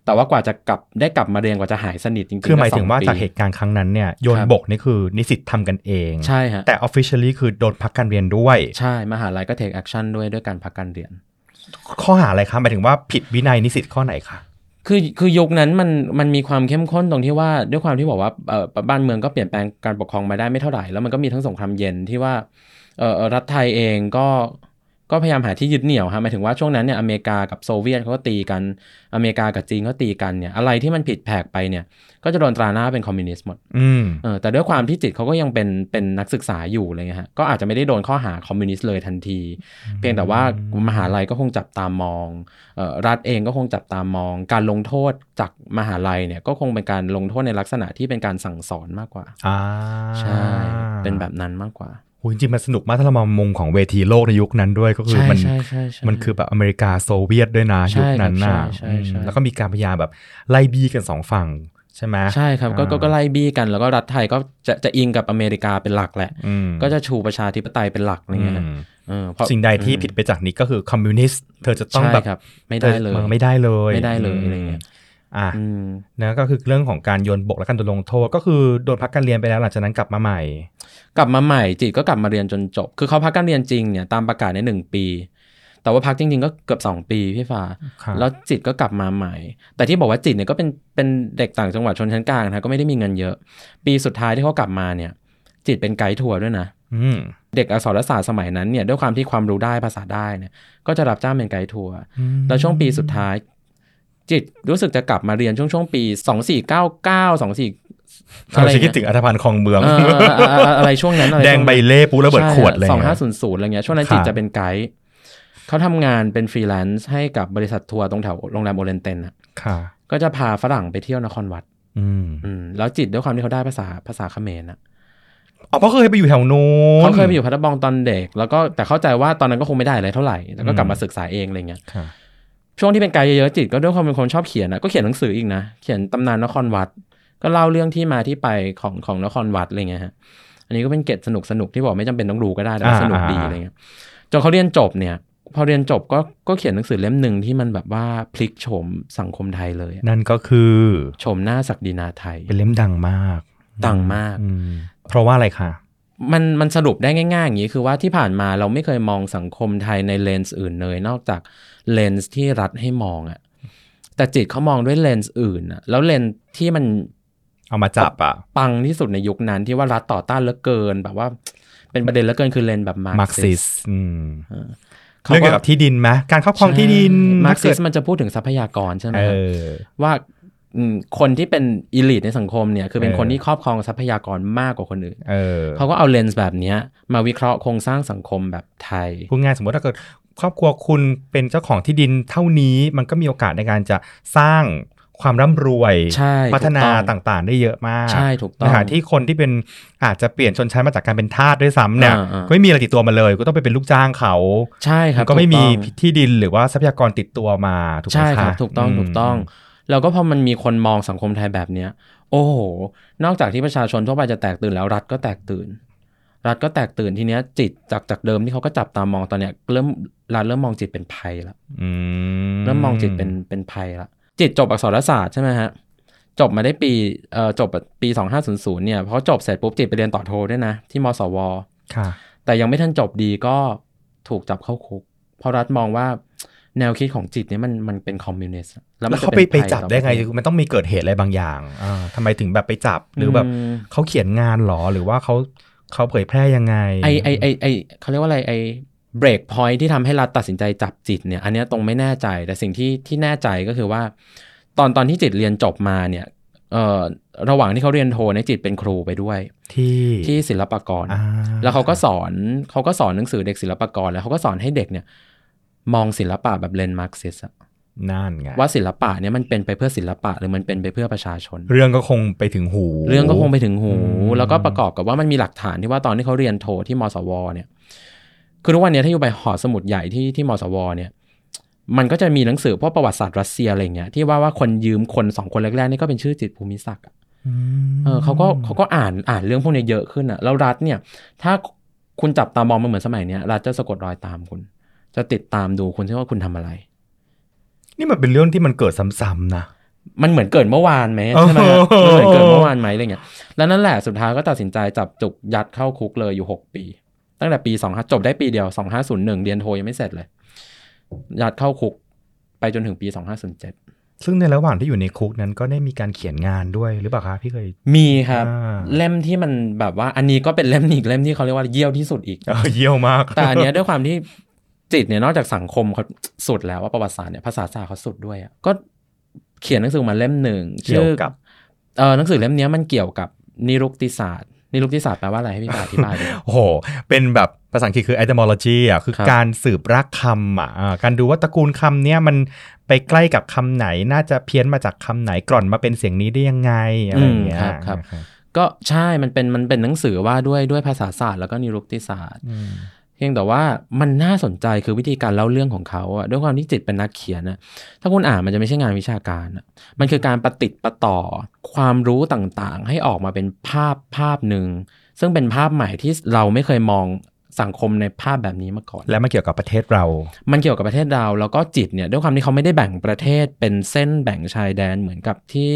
แต่ว่ากว่าจะกลับได้กลับมาเรียนกว่าจะหายสนิทจริงๆ
คือหมายถึงว่า
ก็สอปี
จากเหตุการณ์ครั้งนั้นเนี่ยโยน
ครับ
บกนี่คือนิสิตทำกันเอง
ใช่ฮะ
แต่ officially คือโดนพักการเรียนด้วย
ใช่ มหาลัยก็เทคแอคชั่นด้วยด้วยการพักการเรียน
ข้อหาอะไรคะหมายถึงว่าผิดวินัยนิสิตข้อไหนคะ
คือคือยุคนั้นมันมันมีความเข้มข้นตรงที่ว่าด้วยความที่บอกว่าเอ่อบ้านเมืองก็เปลี่ยนแปลงการปกครองมาได้ไม่เท่าไหร่แล้วมันก็มีทั้งสงครามเย็นที่ว่าเอ่อเอ่อรัฐไทยเองก็ก็พยายามหาที่ยึดเหนี่ยวฮะหมายถึงว่าช่วงนั้นเนี่ยอเมริกากับโซเวียตเขาก็ตีกันอเมริกากับจีนก็ตีกันเนี่ยอะไรที่มันผิดแผกไปเนี่ยก็จะโดนตราหน้าเป็นคอมมิวนิสต์หมด
อืม
เออแต่ด้วยความที่จิตเขาก็ยังเป็นเป็นนักศึกษาอยู่อะไรเลยฮะก็อาจจะไม่ได้โดนข้อหาคอมมิวนิสต์เลยทันที เพียงแต่ว่ามหาลัยก็คงจับตามองเออรัฐเองก็คงจับตามอง การลงโทษจากมหาลัยเนี่ยก็คงเป็นการลงโทษในลักษณะที่เป็นการสั่งสอนมากกว่า
อ่า
ใช่ เป็นแบบนั้นมากกว่า
โหจริงๆมันสนุกมากถ้าเรามามมุมของเวทีโลกในยุคนั้นด้วยก็คือ
ใช่
มัน
ใช่ใช่ใช่
มันคือแบบอเมริกาโซเวียตด้วยนะ
ใช่
ยุคนั้นน่ะ
ครับใช่ใช่ใช่
อืมแล้วก็มีการพยายามแบบไล่บี้กันสองฝั่งใช่ไหม
ใช่ครับก็ก็ก็ไล่บี้กันแล้วก็รัฐไทยก็จะจะอิงกับอเมริกาเป็นหลักแหละ
อืม
ก็จะชูประชาธิปไตยเป็นหลักอะไรเงี้ย
อืม
เออเพราะ
สิ่งใดที่ผิดไปจากนี้ก็คือคอมมิวนิสต์เธอจะต้อง
ใช่
แบบ
ครับไม่ได้เลย
ธอไม่ได้เลย
ไม่ได้เลย
ม
อะไรเงี้ย
อ่ะ
อืม
นะก็คือเรื่องของการโยนบกและการโดนลงโทษก็คือโดนพักการเรียนไปแล้วหลังจากนั้นกลับมาใหม่
กลับมาใหม่จิตก็กลับมาเรียนจนจบ คือเขาพักการเรียนจริงเนี่ยตามประกาศในหนึ่งปี แต่ว่าพักจริง ๆ ก็เกือบ 2 ปีพี่ฟ้า
ครับ
แล้วจิตก็กลับมาใหม่ แต่ที่บอกว่าจิตเนี่ยก็เป็นเป็นเด็กต่างจังหวัดชนชั้นกลางนะก็ไม่ได้มีเงินเยอะ ปีสุดท้ายที่เขากลับมาเนี่ย จิตเป็นไกด์ทัวร์ด้วยนะ
อืม
เด็กอักษรศาสตร์สมัยนั้นเนี่ยด้วยความที่ความรู้ได้ภาษาได้เนี่ยก็จะรับจ้างเป็นไกด์ทัวร์ แล้วช่วงปีสุดท้าย จิตรู้สึกจะกลับมาเรียนช่วงช่วงปีสองสี่เก้าเก้าสองสี่
เราจะคิดถึงอัธพันธ์คลองเมือง
เออเออเออเอออะไรช่วงนั้นอะไร
แด
ช่
ง
วนั้น
ใบเล่ปุ๊บระเบิดขวดเลย
สอง
นะ
ห้าศูนย์ศูนย์อะไรเงี้ยช่วงนั้น
ครับ
จิตจะเป็นไกด์เขาทำงานเป็นฟรีแลนซ์ให้กับบริษัททัวร์ตรงแถวโรงแรมโอเรนเตนอ่ะ
ค่ะ
ก็จะพาฝรั่งไปเที่ยวนครวัด
อืม
อืมแล้วจิตด้วยความที่เขาได้ภาษาภาษาเขมรอ่ะ
อ๋อเพราะเคยไปอยู่แถวนู้น
เขาเคยไปอยู่พัทบองตอนเด็ก แล้วก็แต่เข้าใจว่าตอนนั้นก็คงไม่ได้อะไรเท่าไหร่ แล้วก็กลับมาศึกษาเองอะไรเงี้ย
ค่ะ
ช่วงที่เป็นไกด์เยอะๆจิตก็ด้วยความเป็นคนชอบเขียนนะก็เขียนหนังสืออีกนะเขียนตำนานนครวัด ก็เล่าเรื่องที่มาที่ไปของของนครวัดอะไรเงี้ยฮะอันนี้ก็เป็นเกร็ดสนุกสนุกๆที่บอกไม่จำเป็นต้องรู้ก็ได้แต่ว่าสนุกดีอะไรเงี้ยจนเขาเรียนจบเนี่ย พอเรียนจบก็ก็เขียนหนังสือเล่มหนึ่งที่มันแบบว่าพลิกโฉมสังคมไทยเลยอะ
นั่นก็คือ
โฉมหน้าศักดินาไทย
เป็นเล่มดังมาก
ดังมาก
อืมเพราะว่าอะไรคะ
มันมันสรุปได้ง่ายๆอย่างนี้คือว่าที่ผ่านมาเราไม่เคยมองสังคมไทยในเลนส์อื่นเลยนอกจากเลนส์ที่รัฐให้มองอะแต่จิตเขามองด้วยเลนส์อื่นอะแล้วเลนส์ที่มัน
เอามาจับอ่ะ
ปังที่สุดในยุคนั้นที่ว่ารัฐต่อต้านเหลือเกิน แบบว่า เป็นประเด็นเหลือเกินคือเลนส์แบบมา
มาร์
ร์
กซิสอืม
ขา
เรื่องเกี่ยวกับที่ดินไหมการครอบครองที่ดิน
มาร์กซิส
ถ้เกิด
มันจะพูดถึงทรัพยากรใช่ไหม
เอ
ครับ
อ
ว่าอืมคนที่เป็นอ l ลิ e ในสังคมเนี่ยคือเป็น
เออ
คนที่ครอบครองทรัพยากรมากกว่าคนอื่น
เออ
เขาก็เอาเลนส์แบบเนี้ยมาวิเคราะห์โครงสร้างสังคมแบบไทย
พูดง่ายสมมติถ้าเกิดครอบครัวคุณเป็นเจ้าของที่ดินเท่านี้มันก็มีโอกาสในการจะสร้างความร่ำรวย
ใช่
พัฒนา
ถูกต้อง
ต่างๆ ได้เยอะมาก
ใช่ถูกต้
ใน
อง
ขณะที่คนที่เป็นอาจจะเปลี่ยนชนชั้นมาจากการเป็นทาสด้วยซ้ำเนี่ย
อ่าอ่า
ก็ไม่มีอะไรติดตัวมาเลย ก็ต้องไปเป็นลูกจ้างเขา
ใช่ครับ
ก็ไม่
ถู
มี
ต้อง
ที่ดินหรือว่าทรัพยากรติดตัวมาถูกไห
ใช่
มะ
ครับ ถูกต้อง
ม
ถูกต้อง แล้วก็พอมันมีคนมองสังคมไทยแบบเนี้ย โอ้โห นอกจากที่ประชาชนทั่วไปจะแตกตื่นแล้วรัฐก็แตกตื่น รัฐก็แตกตื่นทีเนี้ยจิตจากจากเดิมที่เขาก็จับตามองตอนเนี้ยเริ่มรัฐเริ่มมองจิตเป็นภัยละ
อื
เริ่มมองจิตเป็นเป็นภัยละจิตจบอักษรศาสตร์ใช่ไหมฮะจบมาได้ปีเอ่อจบปี 2500เนี่ยพอจบเสร็จปุ๊บจิตไปเรียนต่อโทด้วยนะ ที่มสว
ค่ะ
แต่ยังไม่ทันจบดีก็ถูกจับเข้าคุก เพราะรัฐมองว่าแนวคิดของจิตเนี่ยมันมันเป็นคอมมิวนิสต์อะ
แล้ว
มัน
เขาไป
น
ไป
ภัย
จับ
ต่อ
ได้ไง
ประเทศ
มันต้องมีเกิดเหตุอะไรบางอย่างอ่าทำไมถึงแบบไปจับหรือแบบ
ม
เขาเขียนงานหรอหรือว่าเขาเขาเผยแพร่ยังไง
ไอไอไอไอเขาเรียกว่าอะไรไอเบรกพอยที่ทำให้รัฐตัดสินใจจับจิตเนี่ย อันเนี้ยตรงไม่แน่ใจ แต่สิ่งที่ที่แน่ใจก็คือว่า ตอนตอนที่จิตเรียนจบมาเนี่ยเอ่อระหว่างที่เขาเรียนโทในยจิตเป็นครูไปด้วย
ที่
ที่ศิลปากร
อ่า
แล้วเขาก็สอนเขาก็สอนหนังสือเด็กศิลปากรแล้วเขาก็สอนให้เด็กเนี่ย มองศิลปะแบบเลนมาร์กซิสอะ
นั่นไง
ว่าศิลปะเนี่ยมันเป็นไปเพื่อศิลปะหรือมันเป็นไปเพื่อประชาชน
เรื่องก็คงไปถึงหู
เรื่องก็คงไปถึงหู
อืม
แล้วก็ประกอบกับว่ามันมีหลักฐานที่ว่าตอนที่เขาเรียนโทที่มสว เนี่ยคือทุกวันเนี้ถ้าอยู่ไปหอสมุดใหญ่ที่ที่มสว เนี่ย มันก็จะมีหนังสือพวกประวัติศาสตร์รัสเซียอะไรอย่างเงี้ยที่ว่าว่าคนยืมคนสองคนแรกๆนี่ก็เป็นชื่อจิตรภูมิศักดิ์อะ
อืม
เออเขาก็เขาก็อ่านอ่านเรื่องพวกเนี้ยเยอะขึ้นอ่ะแล้วรัฐเนี่ย ถ้าคุณจับตามองมันเหมือนสมัยเนี้ยรัฐจะสะกดรอยตามคุณ จะติดตามดูคุณใช่ว่าคุณทำอะไร
นี่มันเป็นเรื่องที่มันเกิดซ้ำๆนะ
มันเหมือนเกิดเมื่อวานไหม
โอ้
ใช่ไหม
โห
ฮะมันเหมือนเกิดเมื่อวานไหมอะไรเงี้ย แล้วนั่นแหละสุดท้ายก็ตัดสินใจจับจุกยัดเข้าคุกเลยอยู่ 6 ปี ตั้งแต่ปี25จบได้ปีเดียว 2501 เรียนโทยังไม่เสร็จเลย ยัดเข้าคุกไปจนถึงปี 2507
ซึ่งในระหว่างที่อยู่ในคุกนั้นก็ได้มีการเขียนงานด้วยหรือเปล่าคะพี่เคย
มีครับ
อ่า
เล่มที่มันแบบว่า อันนี้ก็เป็นเล่มอีกเล่มที่เขาเรียกว่าเยี่ยวที่สุดอีก
เออเยี่ยวมาก
แต่อันเนี้ยด้วยความที่จิตเนี่ยนอกจากสังคมเขาสุดแล้วว่าประวัติศาสตร์เนี่ยภาษาศาสตร์เขาสุดด้วยอะก็เขียนหนังสือมาเล่มหนึ่ง
เกี่ยว
ชื่อ
กับ
เออหนังสือเล่มเนี้ยมันเกี่ยวกับนิรุกติศาสตร์นิรุกติศาสตร์แปลว่าอะไรให้พี่ปาอธิบายดิ
โอ้โหเป็นแบบภาษาอังกฤษคือ etymology อ่ะคือ
ครับ
การสืบรากคำอ่ะอ่าการดูว่าตระกูลคำเนี้ยมันไปใกล้กับคำไหนน่าจะเพี้ยนมาจากคำไหนกร่อนมาเป็นเสียงนี้ได้ยังไงอะไรอย่างเงี้ย
อืมครับ ก็ใช่มันเป็นมันเป็นหนังสือว่าด้วยด้วยภาษาศาสตร์แล้วก็นิรุกติศาสตร์
อืม
เพียงแต่ว่ามันน่าสนใจคือวิธีการเล่าเรื่องของเขาอะด้วยความที่จิตเป็นนักเขียนนะถ้าคุณอ่านมันจะไม่ใช่งานวิชาการอะมันคือการประติดประต่อความรู้ต่างๆ ให้ออกมาเป็นภาพภาพหนึ่งซึ่งเป็นภาพใหม่ที่เราไม่เคยมองสังคมในภาพแบบนี้มาก่อน
และมันเกี่ยวกับประเทศเรา
มันเกี่ยวกับประเทศเราแล้วก็จิตเนี่ยด้วยความที่เขาไม่ได้แบ่งประเทศเป็นเส้นแบ่งชายแดนเหมือนกับที่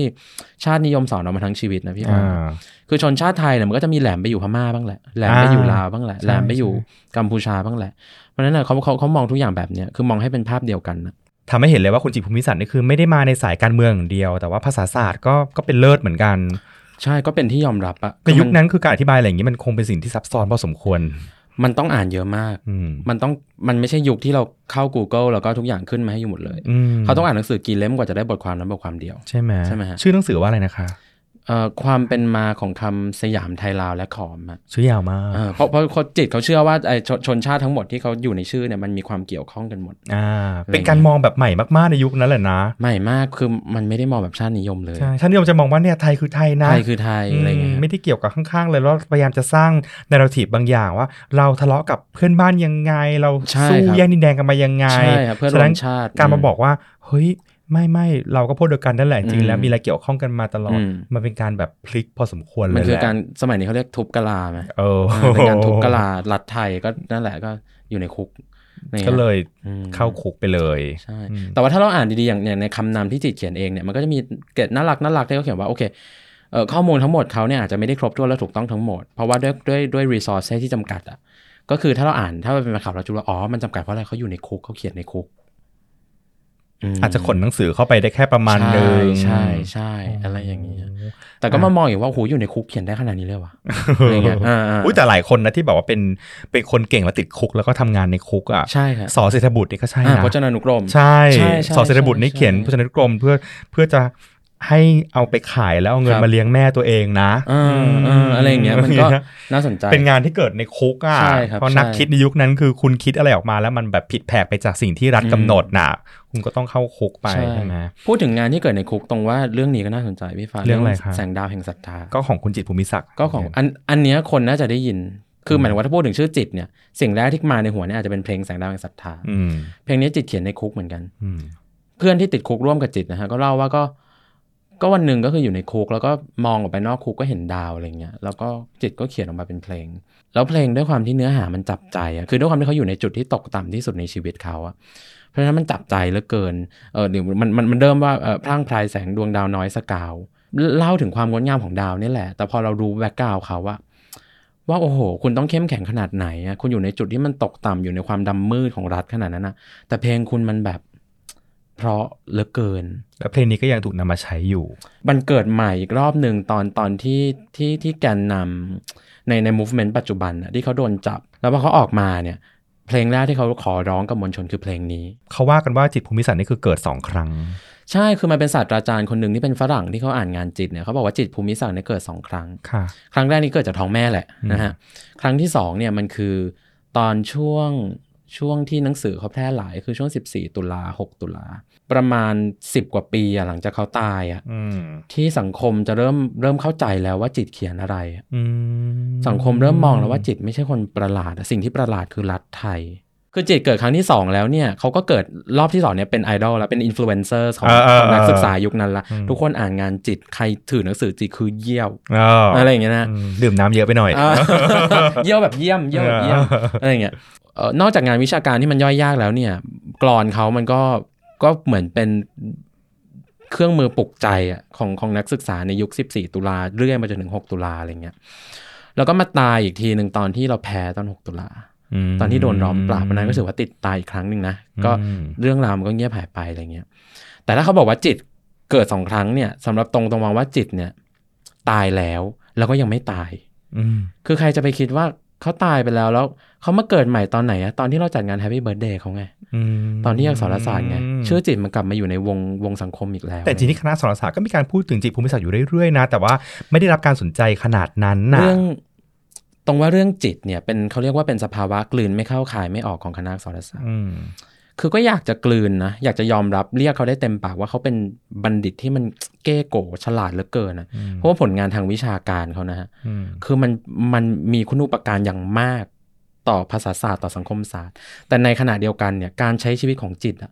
ชาตินิยมสอนเรามาทั้งชีวิตนะพี่ปา
อ่า
คือชนชาติไทยเนี่ยมันก็จะมีแหลมไปอยู่พม่าบ้างแหละแหลมไปอยู่ลาวบ้างแหละ
ใช่
แหลมไปอยู่กัมพูชาบ้างแหละเพราะฉะนั้นนะเขาเขาเขามองทุกอย่างแบบเนี้ยคือมองให้เป็นภาพเดียวกันนะ
ทำให้เห็นเลยว่าคุณจิตรภูมิสันนี่คือไม่ได้มาในสายการเมืองอย่างเดียว แต่ว่าภาษาศาสตร์ก็ก็เป็นเลิศเหมือนกัน
ใช่ก็เป็นที่ยอมรับอะ
ก็ยุค
มั
นั้นคือการอธิบายอะไรอย่างนี้มันคงเป็นสิ่งที่ซับซ้อนพอสมควร
มันต้องอ่านเยอะมาก
อืม
มันต้องมันไม่ใช่ยุคที่เราเข้า Google แล้วก็ทุกอย่างขึ้นมาให้อยู่หมดเลย
ม
เขาต้องอ่านหนังสือกี่เล่มกว่าจะได้บทความนั้นบทความเดียว
ใช่ไหม
ใช่ไหมฮะ
ชื่อหนังสือว่าอะไรนะคะ
เอ่อความเป็นมาของคำสยามไทยลาวและขอมอะ
ชื่อยาวมาก
อ่าเพราะเพราะเขาจิตเขาเชื่อว่าไอชนชนชาติทั้งหมดที่เขาอยู่ในชื่อเนี่ยมันมีความเกี่ยวข้องกันหมด
อ่าเป็นการมองแบบใหม่มากๆในยุคนั้นแหละนะ
ใหม่มากคือมันไม่ได้มองแบบชาตินิยมเลย
ใช่ท่านนิยมจะมองว่าเนี่ยไทยคือไทยนะ
ไทยคือไทยอะไรเงี้ย
มไม่ได้เกี่ยวกับข้างๆ เลยแล้วพยายามจะสร้างนาราทีฟบางอย่างว่า เราทะเลาะกับเพื่อนบ้านยังไง เราสู้แย่งดินแดนกันมายังไง
ใช่ครับเพื่อร
ฉะ
ว
นั้น
มชาติ
การมาบอกว่าเฮ้ยไม่ไม่เราก็พูดเดียวกันนั่นแหละจริงๆแล้ว
อืม
มีอะไรเกี่ยวข้องกันมาตลอด
อืม
มันเป็นการแบบพลิกพอสมควรเลย
มันคือ
แหละ
การสมัยนี้เขาเรียกทุบกะลาไหม
เออ
เออเป็นการทุบกะลารัฐไทยก็นั่นแหละก็อยู่ในคุก อะไรงี้
ก็เลย
อืม
เข้าคุกไปเลย
ใช่
อืม
แต่ว่าถ้าเราอ่านดีๆอย่างอย่างในคำนำที่จิตเขียนเองเนี่ยมันก็จะมีเกร็ดน่ารักน่ารักที่เขาเขียนว่าโอเคเอ่อข้อมูลทั้งหมดเขาเนี่ยอาจจะไม่ได้ครบถ้วนและถูกต้องทั้งหมด เพราะว่าด้วยด้วยด้วยรีซอสที่จำกัดอ่ะก็คือถ้าเราอ่านถ้ามันเป็นข่าวเราจะรู้ว่าอ๋อมันจำกัดเพราะอะไรเขาอยู่ในคุกเขาเขียนในคุกม
อาจจะขนหนังสือเข้าไปได้แค่ประมาณหนึง
ใช่ใช่อะไรอย่างเงี้ยแต่ก็มามองอยู่ว่าโอ้โหอยู่ในคุกเขียนได้ขนาดนี้เลยวะอะไรเงี้ยอ่าอ่า
อุ้ยแต่หลายคนนะที่แบบว่าเป็นเป็นคนเก่งแล้วติดคุกแล้วก็ทำงานในคุกอ่ะ
ใช่ครับ
สอเศรษฐบุตรนี่ก็ใช่
อ่า
นะ
พจนานุกรม
ใช่
ใช่ใช่
สอเศรษฐบุตรนี่
ใช่
เขียนพจนานุกรมเพื่อเพื่อจะให้เอาไปขายแล้วเอาเงิน
ครับ
มาเลี้ยงแม่ตัวเองนะ
อ่าอ่าอะไรอย่างเงี้ยมันก็น่าสนใจ
เป็นงานที่เกิดในคุกอ่ะ
ใช่ครับ
เพราะนัก
ใช่
คิดในยุคนั้นคือคุณคิดอะไรออกมาแล้วมันแบบผิดแผกไปจากสิ่งที่รัฐกำหนดน่ะ คุณก็ต้องเข้าคุกไปใช่ไหม
พูดถึงงานที่เกิดในคุกตรงว่าเรื่องนี้ก็น่าสนใจพี่ฟ้า
เรื่องอะไรครับ
แสงดาวแห่งศรัทธา
ก็ของคุณจิตรภูมิศักดิ์
ก็ของอันอันเนี้ยคนน่าจะได้ยิน คือหมายถึงว่าถ้าพูดถึงชื่อจิตเนี่ยสิ่งแรกที่มาในหัวเนี่ยอาจจะเป็นเพลงแสงดาวแห่งศรัทธา
อืม
เพลงนี้จิตเขียนในคุกเหมือนกัน
อืม
เพื่อนที่ติดคุกร่วมกับจิตนะฮะก็เล่าว่าก็ก็วันหนึ่งก็คืออยู่ในคุก แล้วก็มองออกไปนอกคุกก็เห็นดาวอะไรเงี้ยแล้วก็จิตก็เขียนออกมาเป็นเพลง แล้วเพลงด้วยความที่เนื้อหามันจับใจอะคือด้วยความที่เขาอยู่ในจุดที่ตกต่ำที่สุดในชีวิตเขาอะเพราะฉะนั้นมันจับใจเหลือเกินเออหรือมันมันมันเริ่มว่าเออพร่างพรายแสงดวงดาวน้อยสกาว เล่าถึงความงดงามของดาวนี่แหละ แต่พอเรารู้แบ็กกราวเขาว่า ว่าโอ้โห คุณต้องเข้มแข็งขนาดไหนอะคุณอยู่ในจุดที่มันตกต่ำอยู่ในความดำมืดของรัฐขนาดนั้นนะแต่เพลงคุณมันแบบ เพราะเหลือเกิน
แล้วเพลงนี้ก็ยังถูกนำมาใช้อยู่
มันเกิดใหม่อีกรอบหนึ่งตอนตอนที่ที่ที่แกนนำในใน movement ปัจจุบันน่ะที่เขาโดนจับ แล้วพอเขาออกมาเนี่ย เพลงแรกที่เขาขอร้องกับมวลชนคือเพลงนี้
เขาว่ากันว่าจิตรภูมิศักดิ์นี่คือเกิดสองครั้ง
ใช่คือมันเป็นศาสตราจารย์คนหนึ่งที่เป็นฝรั่งที่เขาอ่านงานจิตเนี่ยเขาบอกว่าจิตภูมิศักดิ์เนี่ยเกิดสองครั้ง
ค่ะ
ครั้งแรกนี่เกิดจากท้องแม่แหละนะฮะ ครั้งที่สองเนี่ยมันคือตอนช่วงช่วงที่หนังสือเขาแพร่หลายคือช่วง 14 ตุลา6ตุลาประมาณ 10 กว่าปีอะหลังจากเขาตายอะ
อืม
ที่สังคมจะเริ่มเริ่มเข้าใจแล้วว่าจิตเขียนอะไรอะ
อืม
สังคมเริ่มมองแล้วว่าจิตไม่ใช่คนประหลาดอะสิ่งที่ประหลาดคือรัฐไทย คือจิตเกิดครั้งที่ 2 แล้วเนี่ยเขาก็เกิดรอบที่สองเนี่ยเป็นไอดอลแล้วเป็นอินฟลูเอนเซอร์ของของนักศึกษายุคนั้นละทุกคนอ่านงานจิตใครถือหนังสือจิตคือเยี่ยว
เอออ
อะไรอย่างเงี้ยนะ
อืมดื่มน้ำเยอะไปหน่อย
อ่าเยี่ยวแบบเยี่ยมเยี่ยวแบบเยี่ยมอะไรอย่างเงี้ยเอ่อนอกจากงานวิชาการที่มันย่อยยากแล้วเนี่ย กรอนเขามันก็ก็เหมือนเป็นเครื่องมือปลุกใจอะของของนักศึกษาในยุค 14 ตุลาเรื่อยมาจนถึง 6 ตุลาอะไรเงี้ยแล้วก็มาตายอีกทีหนึ่งตอนที่เราแพ้ตอน 6 ตุลา
ม
ตอนที่โดนล้อมปราบอันนั้นก็รู้สึกว่าติดตายอีกครั้งหนึ่งนะ ก็
อืม
เรื่องราวมันก็เงียบหายไปอะไรเงี้ย แต่ถ้าเขาบอกว่าจิตเกิดสองครั้งเนี่ยสำหรับตรงตรงมองว่าจิตเนี่ย ตายแล้วแล้วก็ยังไม่ตาย
อืม
คือใครจะไปคิดว่าเขาตายไปแล้วแล้วเขามาเกิดใหม่ตอนไหนอะตอนที่เราจัดงานแฮปปี้เบิร์ดเดย์เขาไง
อืม
ตอนที่อักษรศาสตร์ไง ชื่อ
ม
จิตมันกลับมาอยู่ในวงวงสังคมอีกแล้ว
แต่จริงๆที่คณะสารศาสตร์ก็มีการพูดถึงจิตภูมิศาสตร์อยู่เรื่อยๆนะ แต่ว่าไม่ได้รับการสนใจขนาดนั้นนะ
เรื่องตรงว่าเรื่องจิตเนี่ยเป็นเขาเรียกว่าเป็นสภาวะกลืนไม่เข้าขายไม่ออกของคณะอักษรศาสตร์
อืม
คือก็อยากจะกลืนนะ อยากจะยอมรับเรียกเขาได้เต็มปากว่าเขาเป็นบัณฑิตที่มันเก้โก๋ฉลาดเหลือเกินนะ
อืม
เพราะว่าผลงานทางวิชาการเขานะฮะ
อืม
คือมันมันมีคุณูปการอย่างมากต่อภาษาศาสตร์ต่อสังคมศาสตร์ แต่ในขณะเดียวกันเนี่ยการใช้ชีวิตของจิตอ่ะ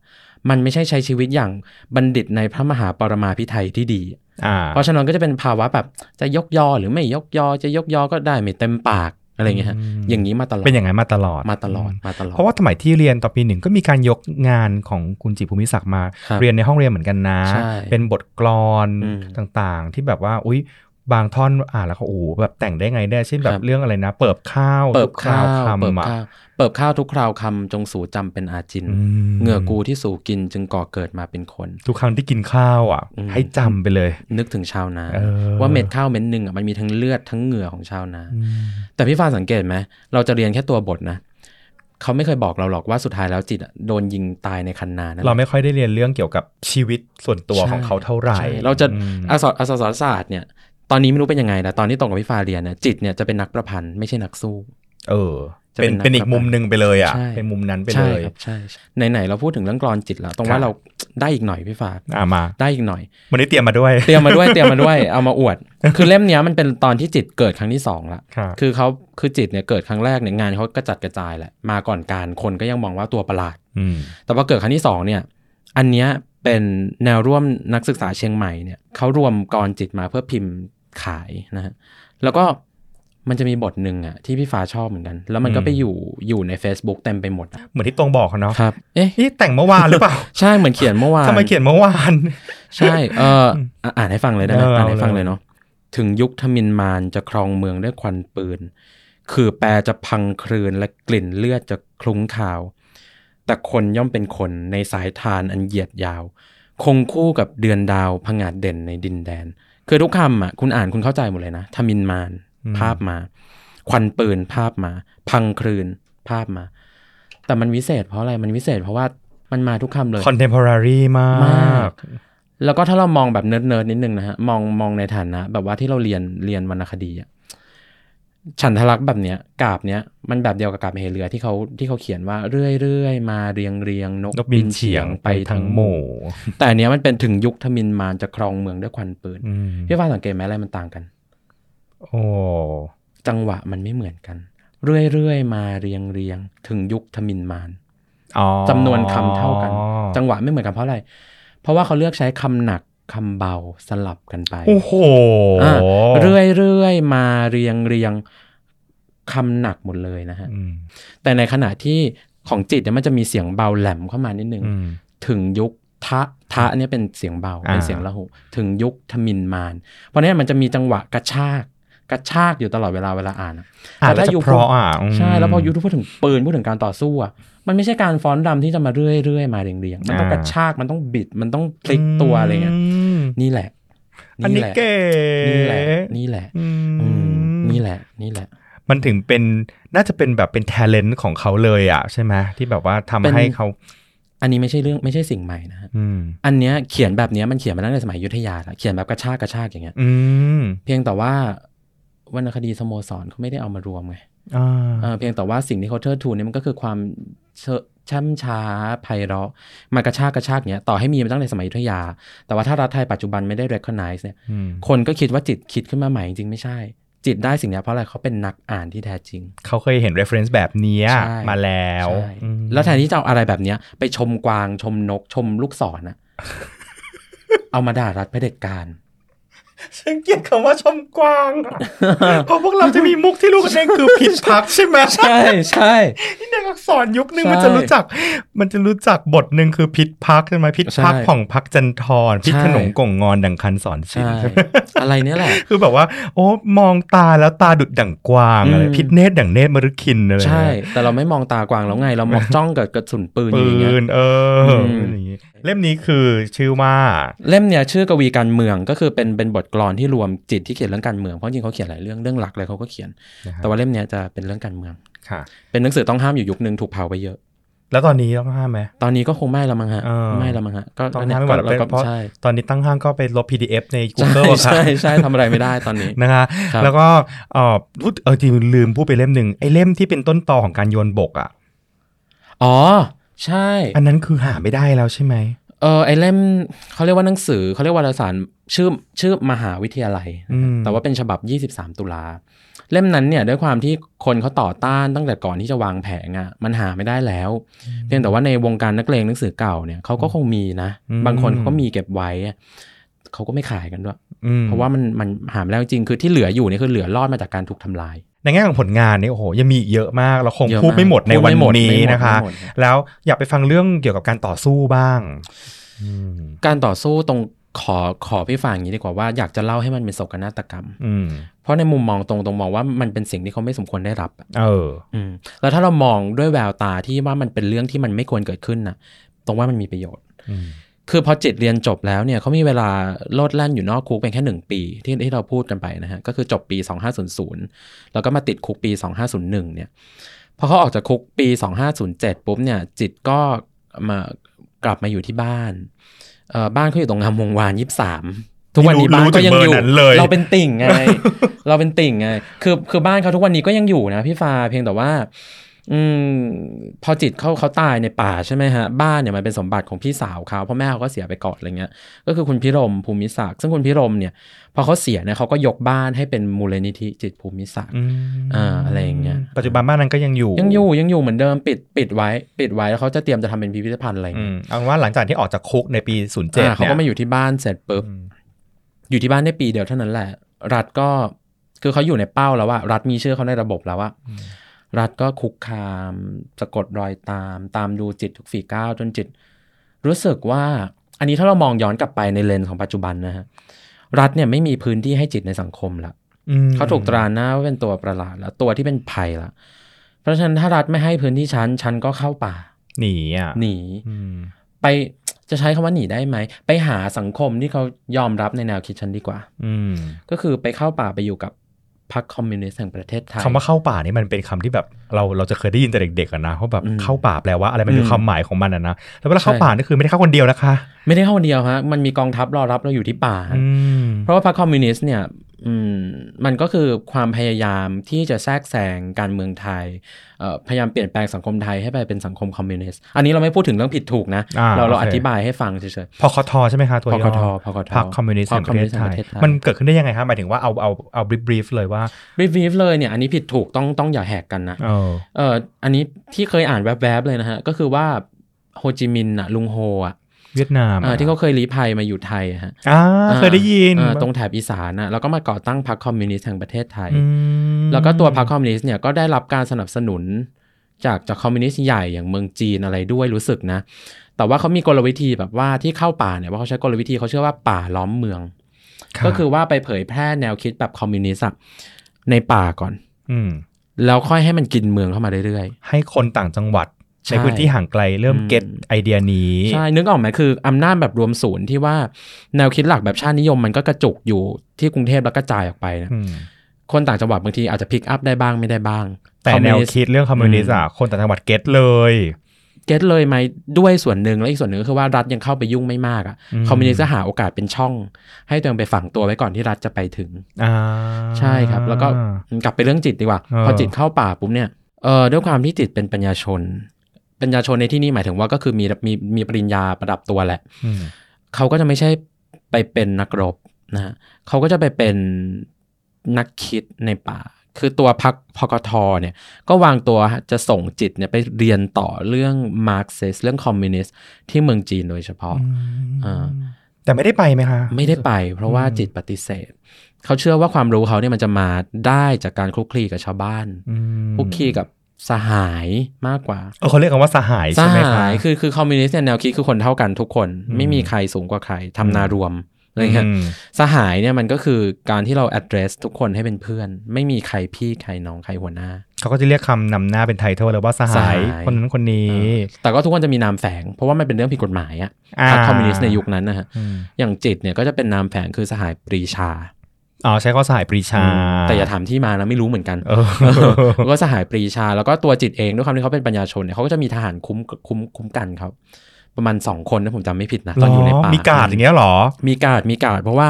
มันไม่ใช่ใช้ชีวิตอย่างบัณฑิตในพระมหาปรมาภิไธยที่ดี
อ่า
เพราะฉะนั้นก็จะเป็นภาวะแบบจะยกยอหรือไม่ยกยอจะยกยอก็ได้ไม่เต็มปากอะไรอย่างเงี้ยฮะอย่างนี้มาตลอด
เป็นอย่างไงมาตลอด
มาตลอดมาตลอด
เพราะว่าสมัยที่เรียนตอนปีหนึ่งก็มีการยกงานของคุณจิตภูมิศักดิ์มา
ครับ
เรียนในห้องเรียนเหมือนกันนะ
ใช่
เป็นบทกลอน
อืม
ต่างๆ ที่แบบว่าอุ้ยบางท่อนอ่านแล้วก็โอ้โหแบบแต่งได้ไงได้เช่นแบ
ครับ บ
เรื่องอะไรนะ เปิบข้าว
เปิบข้าว
ทุกคำ
เปิบ
อะ
ข้าวเปิบข้าวทุกคราวคำจงสู่จำเป็นอาจิน
อืม
เหงื่อกูที่สู่กินจึงก่อเกิดมาเป็นคน
ทุกครั้งที่กินข้าวอ่ะ
อืม
ให้จำไปเลย
นึกถึงชาวนา
เออ
ว่าเม็ดข้าวเม็ดหนึ่งอ่ะมันมีทั้งเลือดทั้งเหงื่อของชาวนา แต่พี่ฟ้าสังเกตไหมเราจะเรียนแค่ตัวบทนะเขาไม่เคยบอกเราหรอกว่าสุดท้ายแล้วจิตอะโดนยิงตายในคันนานั่นแห
เรา
ละ
ไม่ค่อยได้เรียนเรื่องเกี่ยวกับชีวิตส่วนตัว
ใช่
ของเขาเท่าไหร่
ใช่เราจะ
อืม
อักษรอักษรศาสตร์เนี่ยตอนนี้ไม่รู้เป็นยังไงนะตอนที่ตรงกับพี่ฟ้าเรียนนะจิตเนี่ยจะเป็นนักประพันธ์ไม่ใช่นักสู้
เออ
จะเป็
เป็น น
นัก
เป็นอีกมุมหนึ่งไปเลยอ่ะ
ใช่
เป็นมุมนั้นไป
ใช่
เลย
ครับใช่ใช่ไหนๆเราพูดถึงเรื่องกลอนจิตแล้วตรง
ค
ว่า
รับ
เราได้อีกหน่อยพี่ฟ้า
อ่ะมา
ได้อีกหน่อย
วันนี้เตรียมมาด้วย
เตรียมมาด้วยเตรียมมาด้วยเอามาอวด คือเล่มเนี้ยมันเป็นตอนที่จิตเกิดครั้งที่สองละ
ค่ะ
คือเขาคือจิตเนี่ยเกิดครั้งแรกเนี่ยงานเขากระจัดกระจายแหละมาก่อนการคนก็ยังมองว่าตัวประหลาด
อืม
แต่พอเกิดครั้งที่สองเนี่ยอันเนี้ยเป็นแนวร่วมนักศึกษาเชียงใหม่เนี่ยเขารวมกรจิตมาเพื่อพิมพ์ขายนะฮะแล้วก็ มันจะมีบทหนึ่งอะที่พี่ฟ้าชอบเหมือนกัน แล้วมันก็
อืม
ไปอยู่อยู่ใน Facebook เต็มไปหมดอะ
เหมือนที่ตรงบอกอะเนาะ
ครับ เอ๊ะ
นี่แต่งเมื่อวานหรือเปล่า
ใช่เหมือนเขียนเมื่อวาน
ทำไมเขียนเมื่อวาน
ใช่ เอออ่ะอ่านให้ฟังเลยได้ไหม
เออเอา
อ่านให้ฟัง
เลย
เลยเนาะ ถึงยุคทมินมานจะครองเมืองด้วยควันปืน คือแปรจะพังคลืนและกลิ่นเลือดจะคลุ้งข่าว แต่คนย่อมเป็นคนในสายทานอันเหยียดยาว คงคู่กับเดือนดาวผงาดเด่นในดินแดน คือทุกคำอ่ะคุณอ่านคุณเข้าใจหมดเลยนะทมินมาน ภาพมา ควันปืนภาพมา พังคลืนภาพมา แต่มันวิเศษ เพราะอะไรมันวิเศษ เพราะว่ามันมาทุกคำเลย
คอนเทมพอรารีมาม
าก ก แล้วก็ถ้าเรามองแบบเนิร์ดๆนิดนึงนะฮะ มองมองในฐานะ แบบว่าที่เราเรียนเรียนวรรณคดีอะฉันทลักษณ์แบบเนี้ยกาบเนี้ยมันแบบเดียวกับกาบเฮเรือที่เขาที่เขาเขียนว่าเรื่อยๆ มาเรียงเรียงๆนก
นกบินเฉียงไปทั้งหมู่
แต่อันเนี้ยมันเป็นถึงยุคทมินมานจะครองเมืองด้วยควันปืน
อืม
พี่ฟ้าสังเกตไหมอะไรมันต่างกัน
โอ้
จังหวะมันไม่เหมือนกัน เรื่อยๆ มาเรียงเรียงๆถึงยุคทมินมาน
อ๋อ
จำนวนคำเท่ากัน จังหวะไม่เหมือนกันเพราะอะไร เพราะว่าเขาเลือกใช้คำหนักคำเบาสลับกันไป
โอ้โห
อ่ะเรื่อยเรื่อยๆมาเรียงเรียงคำหนักหมดเลยนะฮะ
ม
แต่ในขณะที่ของจิตเนี่ยมันจะมีเสียงเบาแหลมเข้ามานิดนึง
อืม
ถึงยุคทะทะเนี่ยเป็นเสียงเบา
อ่า
เป็นเสียงละหุถึงยุคทมินมาน เพราะฉะนั้นมันจะมีจังหวะกระชากกระชากอยู่ตลอดเวลาเวลาอ่านอะ
อ่านแล้ว
แต่ถ้า
จะ
อยู่
เพราะอ่ะอืม
ใช่แล้วพอยูทูบพูดถึงปืนพูดถึงการต่อสู้อ่ะมันไม่ใช่การฟ้อนรำที่จะมาเรื่อยๆมาเรียงๆมันต้อง
อ่าก
ระชากมันต้องบิดมันต้องพลิกตัวอะไรเงี้ย
ม
นี่แหละ
อันนี้
แหละ
เก๋
นี่แหละนี่แหละ
อื
อืม
ม
นี่แหละนี่แหละ
มันถึงเป็นน่าจะเป็นแบบเป็น talent ของเขาเลยอ่ะ ใช่ไหมที่แบบว่าทำ
เป็น
ให้เขา
อันนี้ไม่ใช่เรื่องไม่ใช่สิ่งใหม่นะฮะ
อืม
อันเนี้ยเขียนแบบเนี้ยมันเขียนมาตั้งแต่สมัยอยุทธยาแล้วเขียนแบบกระชากกระชากอย่างเงี้ย
อืม
เพียงแต่ว่าวรรณคดีสโมสรเขาไม่ได้เอามารวมไง
อ่า
เออเพียงแต่ว่าสิ่งที่เขาเทิดทูนเนี่ยมันก็คือความเชอะช่ำช้าไพเราะมากระชากกระชากเนี้ยต่อให้มีมาตั้งแต่สมัยอยุธยา แต่ว่าถ้ารัฐไทยปัจจุบันไม่ได้ recognize เนี่ย
อืม
คนก็คิดว่าจิตคิดขึ้นมาใหม่จริงๆไม่ใช่ จิตได้สิ่งเนี้ยเพราะอะไรเขาเป็นนักอ่านที่แท้จริง
เขาเคยเห็น reference แบบเนี้ย
ใช่
มาแล้ว
ใช่
อืม
แล้วแทนที่จะเอาอะไรแบบเนี้ย ไปชมกวางชมนกชมลูกศร นะ เอามาด่ารัฐเผด็จการ
ฉันเกลียดคำว่าชมกวาง อะเพราะพวกเราจะมีมุกที่รู้กันเองคือผิดพักใช่ไหม
ใช่ใช่
นี่นางอักษรยุคนึง
ใช่
มันจะรู้จัก มันจะรู้จักบทหนึ่งคือพิษพักใช่ไหมพิษพัก
ใช่
ผ่องพักจันทรพิษ
ใช่
ขนงก่งงอนดังคันสอนศิล
ใช่
ป์
อะไรเนี้ยแหละ
คือแบบว่า โอ้มองตาแล้วตาดุดดั่งกวางอะไร
อืม
พิษเนตรดั่งเนตรมฤคินอะไร
ใช่ แต่เราไม่มองตากวางแล้วไง เรามองจ้องกับกระสุนปืนอ
ปื
ยู่อย่างเงี้ย
นเอ
อื
อ
ม
อะไรอย่างงี้เล่มนี้คือชื่อว่า
เล่มเนี่ยชื่อกวีการเมืองก็คือเป็นเป็นบทกลอนที่รวมจิตที่เขียนเรื่องการเมืองเพราะจริงเขาเขียนหลายเรื่องเรื่องหลักเลยเขาก็เขียน
นะครับ
แต่ว่าเล่มเนี้ยจะเป็นเรื่องการเมือง
ค่ะ
เป็นหนังสือต้องห้ามอยู่ยุคนึงถูกเผาไปเยอะ
แล้วตอนนี้ต้องห้ามไหม
ตอนนี้ก็คงไม่ละมั้งฮะ
เออ
ไม่ละมั้งฮะก็
ต้อง
เนี่ย
ห้าม
ก็
ไว้ก่อน
เราก็
เพราะ
ใช่
ตอนนี้ตั้งห้างก็ไปลบ PDF ใน
ใช่
Google อะค่ะ
ใช่ใช่ทำอะไรไม่ได้ตอนนี้
นะคะ
ครับ
แล้วก็เออพูดเออจริงลืมพูดไปเล่มหนึ่งไอ้เล่มที่เป็นต้นตอของการโยนบกอ่ะ
อ๋อ ใช่
อันนั้นคือหาไม่ได้แล้วใช่ไหม
เออไอเล่มเขาเรียกว่าหนังสือเขาเรียกวารสารชื่อชื่อมหาวิทยาลัย
อืม
แต่ว่าเป็นฉบับ 23 ตุลาเล่มนั้นเนี่ยด้วยความที่คนเขาต่อต้านตั้งแต่ก่อนที่จะวางแผงอะ่ะมันหาไม่ได้แล้ว เพียงแต่ว่าในวงการนักเลงหนังสือเก่าเนี่ยเขาก็คงมีนะ
อืม
บางคนเขาก็มีเก็บไว้อะเขาก็ไม่ขายกันด้วย
อืม
เพราะว่ามันมันหาไม่ได้จริงคือที่เหลืออยู่เนี่ยคือเหลือรอดมาจากการถูกทำลาย
ในแง่ของผลงานเนี่ยโอ้โหยังมีอีกเยอะมากเราคง
เยอะมาก
พูดไม่หมดในวัน
พูดไม่หมด
นี้
ไม่หมด
นะคะ
ไม่หมดครับ
แล้วอยากไปฟังเรื่องเกี่ยวกับการต่อสู้บ้างอืม
การต่อสู้ตรงขอขอพี่ฟางอย่างนี้ดีกว่าว่าอยากจะเล่าให้มันเป็นโศกนาฏกรรม
อืม
เพราะในมุมมองตรงตรงมองว่ามันเป็นสิ่งที่เขาไม่สมควรได้รับอะ
เออ
อืมแล้วถ้าเรามองด้วยแววตาที่ว่ามันเป็นเรื่องที่มันไม่ควรเกิดขึ้นนะตรงว่ามันมีประโยชน์
อืม
คือพอจิตเรียนจบแล้วเนี่ยเขามีเวลาโลดแล่นอยู่นอกคุกเป็นแค่หนึ่งปี ที่ที่เราพูดกันไปนะฮะ ก็คือจบปี 2500 แล้วก็มาติดคุกปี 2501 เนี่ย พอเขาออกจากคุกปี 2507 ปุ๊บเนี่ย จิตก็มากลับมาอยู่ที่บ้านเอ่อบ้านเขาอยู่ตรงงามวงวาน 23 ทุกวันนี้
รู้
บ้านก็ยังอ
รู้ถึงเบ
ยู่
อร์นั้นเลย
เราเป็นติ่งไง เราเป็นติ่งไง คือคือบ้านเขาทุกวันนี้ก็ยังอยู่นะพี่ฟ้าเพียงแต่ว่า อืมพอจิตเขาเขาตายในป่าใช่ไหมฮะ บ้านเนี่ยมันเป็นสมบัติของพี่สาวเขาเพราะแม่เขาก็เสียไปก่อนอะไรเงี้ย ก็คือคุณพิรมภูมิศักดิ์ซึ่งคุณพิรมเนี่ย พอเขาเสียเนี่ยเขาก็ยกบ้านให้เป็นมูลนิธิจิตภูมิศักดิ์
อืม
อ่าอะไรอย่างเงี้ย
ปัจจุบันบ้านนั้นก็ยังอยู่
ยังอยู่ยังอยู่เหมือนเดิมปิดปิดไว้ ปิดไว้แล้วเขาจะเตรียมจะทำเป็นพิพิธภัณฑ์อะไร
อื
เงี้ย
มเอาเป็นว่าหลังจากที่ออกจากคุกในปี 07
อ่า
เนี่ย
เขาก็มาอยู่ที่บ้านเสร็จปุ๊บ
อืม
อยู่ที่บ้านได้ปีเดียวเท่านั้นแหละ รัฐก็ คือเขาอยู่ในเป้าแล้วว่า รัฐมีชื่อเขาในระบบแล้วว่า รัฐก็คุกคาม สะกดรอยตาม ตามดูจิตทุกฝีก้าวจนจิต รู้สึกว่า อันนี้ถ้าเรามองย้อนกลับไปในเลนส์ของปัจจุบันนะฮะรัฐเนี่ยไม่มีพื้นที่ให้จิตในสังคมละ
อืม
เขาถูกตราหน้าว่าเป็นตัวประหลาดแล้วตัวที่เป็นภัยละเพราะฉะนั้นถ้ารัฐไม่ให้พื้นที่ฉันฉันก็เข้าป่า
หนีอ่ะ
หนี
อืม
ไปจะใช้คำว่าหนีได้ไหม ไปหาสังคมที่เขายอมรับในแนวคิดฉันดีกว่า
อืม
ก็คือไปเข้าป่าไปอยู่กับพรรคคอมมิวนิสต์แห่งประเทศไทย
คำว่าเข้าป่านี่มันเป็นคำที่แบบเราเราจะเคยได้ยินแต่เด็กๆอะนะเพราะแบบ
อืม
เข้าป่าแปลว่าอะไรมันคือ
ม
ความหมายของมันอะนะแล้วเวลาเข้า
ใช่
ป่านี่คือไม่ได้เข้าคนเดียวนะคะ
ไม่ได้เข้าคนเดียวฮะมันมีกองทัพรอรับเราอยู่ที่ป่า
อืม
เพราะว่าพรรคคอมมิวนิสต์เนี่ยอืมมันก็คือความพยายามที่จะแทรกแซงการเมืองไทยเอ่อพยายามเปลี่ยนแปลงสังคมไทยให้ไปเป็นสังคมคอมมิวนิสต์อันนี้เราไม่พูดถึงเรื่องผิดถูกนะ
อ่
เราเรา
โค
อธิบายให้ฟังเฉย
พคทใช่ไหมคะตัว
ๆพ
ย่
ค
อ
ทพคท
พรรคคอมมิวนิสต์แห่งประเทศไทยมันเกิดขึ้นได้ยังไงคะหมายถึงว่าเอาเอาเอาบรีฟเลยว่า
รีวิวเลยเนี่ยอันนี้ผิดถูกต้องต้องอย่าแหกกันนะ
เออ
เอออันนี้ที่เคยอ่านแวบๆเลยนะฮะ ก็คือว่าโฮจิมินห์น่ะลุงโฮอ่ะ
เวียดนาม
เอ่อที่เขาเคยลี้ภัยมาอยู่ไทยอะฮะ
อ่าเคยได้ยิน
เอ่อตรงแถบอีสานนะแล้วก็มาก่อตั้งพรรคคอมมิวนิสต์แห่งประเทศไทย
อืม
แล้วก็ตัวพรรคคอมมิวนิสต์เนี่ยก็ได้รับการสนับสนุนจากจากคอมมิวนิสต์ใหญ่อย่างเมืองจีนอะไรด้วยรู้สึกนะ แต่ว่าเขามีกลวิธีแบบว่าที่เข้าป่าเนี่ยว่าเขาใช้กลวิธีเขาเชื่อว่าป่าล้อมเมือง
ะ
ก็คือว่าไปเผยแพร่แนวคิดแบบคอมมิวนิสต์อะในป่าก่อน
อืม
แล้วค่อยให้มันกินเมืองเข้ามาเรื่อย
ให้คนต่างจังหวัด
ใช่
ในพื้นที่ห่างไกลเริ่ม
อืม
เก็ตไอเดียนี้
ๆ ใช่ นึกออกไหมคืออำนาจแบบรวมศูนย์ที่ว่าแนวคิดหลักแบบชาตินิยมมันก็กระจุกอยู่ที่กรุงเทพแล้วกระจายออกไปนะ
อืม
คนต่างจังหวัดบางทีอาจจะพิกอัพได้บ้างไม่ได้บ้าง
แต่แนวคิดเรื่องคอมมิวนิสต์อะคนต่างจังหวัดเก็ตเลย
เก็ตเลยไหมด้วยส่วนหนึ่งและอีกส่วนหนึ่งก็คือว่ารัฐยังเข้าไปยุ่งไม่มากอะ่ะ
อืม
คอมมิวนิสต์ก็หาโอกาสเป็นช่อง ให้ตัวเองไปฝังตัวไว้ก่อนที่รัฐจะไปถึง
อ่า
ใช่ครับ แล้วก็กลับไปเรื่องจิตดีกว่า
เออ
พอจิตเข้าป่าปุ๊บเนี่ยเออด้วยความที่จิตเป็นปัญญาชน ปัญญาชนในที่นี่หมายถึงว่าก็คือมีมีมีปริญญาประดับตัวแหละ
อืม
เขาก็จะไม่ใช่ไปเป็นนักรบนะฮะเขาก็จะไปเป็นนักคิดในป่า คือตัวพักพกทเนี่ย ก็วางตัวจะส่งจิตเนี่ยไปเรียนต่อเรื่องมาร์กซิสเรื่องคอมมิวนิสต์ที่เมืองจีนโดยเฉพาะ อ่า
แต่ไม่ได้ไปไหมคะ
ไม่ได้ไปเพราะว่าจิตปฏิเสธ เขาเชื่อว่าความรู้เขาเนี่ยมันจะมาได้จากการคลุกคลีกับชาวบ้าน
อืม
คลุกคลีกับสหายมากกว่า
เออเขาเรียกกันว่าสหาย
ส
ใช่ไหมคะ
หายคือคือคอมมิวนิสต์เนี่ยแนวคิดคือคนเท่ากันทุกคน
อืม
ไม่มีใครสูงกว่าใครทำนารวมอะไรเงี้ย
อืม
สหายเนี่ยมันก็คือการที่เรา address ทุกคนให้เป็นเพื่อน ไม่มีใครพี่ใครน้องใครหัวหน้า
เขาก็จะเรียกคำนำหน้าเป็นไทเทลเลยว่าสหาย
สหาย
คนนั้นคนนี้
แต่ก็ทุกคนจะมีนามแฝง เพราะว่ามันเป็นเรื่องผิดกฎหมายอะพรรคคอมมิวนิสต์ในยุคนั้นนะฮะ
อืม
อย่างจิตเนี่ยก็จะเป็นนามแฝงคือสหายปรีชา
อ๋อใช้ข้อสหายปรีชา
อืมแต่อย่าถามที่มานะไม่รู้เหมือนกัน
เออ
แล้ว ก็สหายปรีชา แล้วก็ตัวจิตเองด้วยความที่เขาเป็นปัญญาชนเนี่ยเขาก็จะมีทหารคุ้มคุ้มคุ้มกันเขาประมาณสองคนนะผมจำไม่ผิดนะตอนอยู่ในป่า
มีกาดอย่างเงี้ยเหรอ
มีกาดมีกาดเพราะว่า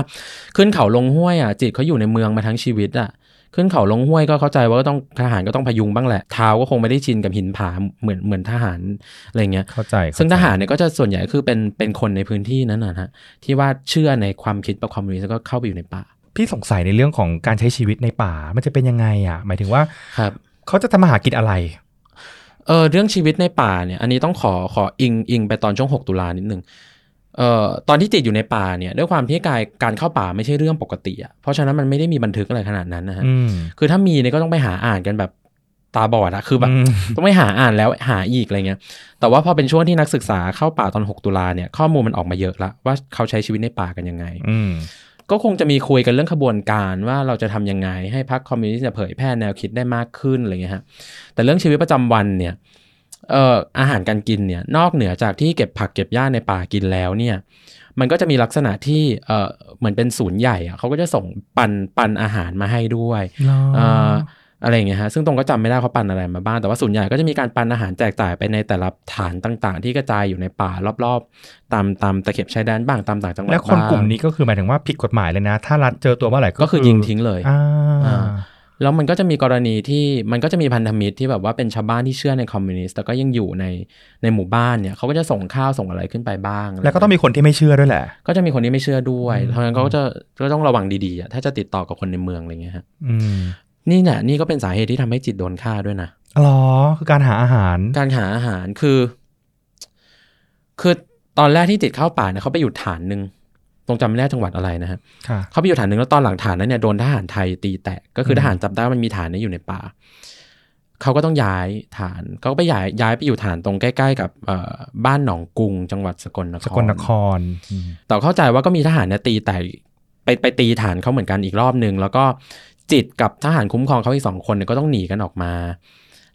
ขึ้นเขาลงห้วยอ่ะจิตเขาอยู่ในเมืองมาทั้งชีวิตอ่ะ ขึ้นเขาลงห้วยก็เข้าใจว่าก็ต้องทหารก็ต้องพยุงบ้างแหละเท้าก็คงไม่ได้ชินกับหินผาเหมือนเหมือนทหารอะไรเงี้ย
เข้าใจ
ซึ่งทหารเนี่ยก็จะส่วนใหญ่คือเป็นเป็นคนในพื้นที่นั้นนะฮะที่ว่าเชื่อในความคิดประความรู้แล้วก็เข้าไปอยู่ในป่า
พี่สงสัยในเรื่องของการใช้ชีวิตในป่า มันจะเป็นยังไงอ่ะ หมายถึงว่า
ครับ
เขาจะทำมาหากินอะไร
เออเรื่องชีวิตในป่าเนี่ย อันนี้ต้องขอขออิงอิงไปตอนช่วง 6 ตุลานิดนึงเอ่อตอนที่จิตอยู่ในป่าเนี่ยด้วยความที่กายการเข้าป่าไม่ใช่เรื่องปกติอ่ะเพราะฉะนั้นมันไม่ได้มีบันทึกอะไรขนาดนั้นนะฮะ
อืม
คือถ้ามีเนี่ยก็ต้องไปหาอ่านกันแบบตาบอดอะคือแบบ
อืม
ต้องไปหาอ่านแล้วหาอีกอะไรเงี้ย แต่ว่าพอเป็นช่วงที่นักศึกษาเข้าป่าตอน 6 ตุลาเนี่ยข้อมูลมันออกมาเยอะละว่าเขาใช้ชีวิตในป่ากันยังไง
อืม
ก็คงจะมีคุยกันเรื่องขบวนการว่าเราจะทำยังไง ให้พรรคคอมมิวนิสต์เนี่ยเผยแพร่แนวคิดได้มากขึ้นอะไรเงี้ยฮะแต่เรื่องชีวิตประจำวันเนี่ยเอ่ออาหารการกินเนี่ยนอกเหนือจากที่เก็บผักเก็บหญ้าในป่ากินแล้วเนี่ยมันก็จะมีลักษณะที่เอ่อเหมือนเป็นศูนย์ใหญ่อะเขาก็จะส่งปันปันอาหารมาให้ด้วย
เหรอ
เอ่ออะไรอย่างเงี้ยฮะ ซึ่งตรงก็จำไม่ได้เขาปันอะไรมาบ้าง แต่ว่าส่วนใหญ่ก็จะมีการปันอาหารแจกจ่ายไปในแต่ละฐานต่างๆ ที่กระจายอยู่ในป่ารอบๆ ตามตามตะเข็บชายแดนบ้างตามต่างจังหวัด
แล้วคน
บ้าง
กลุ่มนี้ก็คือหมายถึงว่าผิดกฎหมายเลยนะ ถ้ารัฐเจอตัวเมื่อไหร่
ก็คือยิงทิ้งเลย
อ่า
อ่า แล้วมันก็จะมีกรณีที่มันก็จะมีพันธมิตรที่แบบว่าเป็นชาวบ้านที่เชื่อในคอมมิวนิสต์แต่ก็ยังอยู่ในในหมู่บ้านเนี่ยเขาก็จะส่งข้าวส่งอะไรขึ้นไปบ้างะไร
แล้วก็ต้องมีคนที่ไม่เชื่อด้วยแหละ
ก็จะมีคนที่ไม่เชื่อด้วย
อืม
เพราะงั้นเขาก็จะก็ต้องระวังดีๆอะถ้าจะติดต่อกับคนในเมืองอะไรเงี้ยฮะ
อืม
นี่เนี่ยนี่ก็เป็นสาเหตุที่ทำให้จิตโดนฆ่าด้วยนะ
เหรอคือการหาอาหาร
การหาอาหารคือ คือตอนแรกที่ติดเข้าป่าเนี่ยเขาไปอยู่ฐานหนึ่ง ตรงจำไม่ได้จังหวัดอะไรนะฮะ
ค่ะ
เขาไปอยู่ฐานหนึ่งแล้วตอนหลังฐานนั้นเนี่ยโดนทหารไทยตีแตกก็คืออ
ม
ทหารจับได้ว่ามันมีฐานนี้อยู่ในป่าเขาก็ต้องย้ายฐานเขาก็ไปย้ายย้ายไปอยู่ฐานตรงใกล้ ๆ กับเอ่อบ้านหนองกรุง จังหวัดสกลนคร
สกลนครอืม
แต่เข้าใจว่าก็มีทหารเนี่ยตีแต่ไปไปตีฐานเขาเหมือนกันอีกรอบหนึ่งแล้วก็จิตกับทหารคุ้มครองเขาอีกสองคนเนี่ยก็ต้องหนีกันออกมา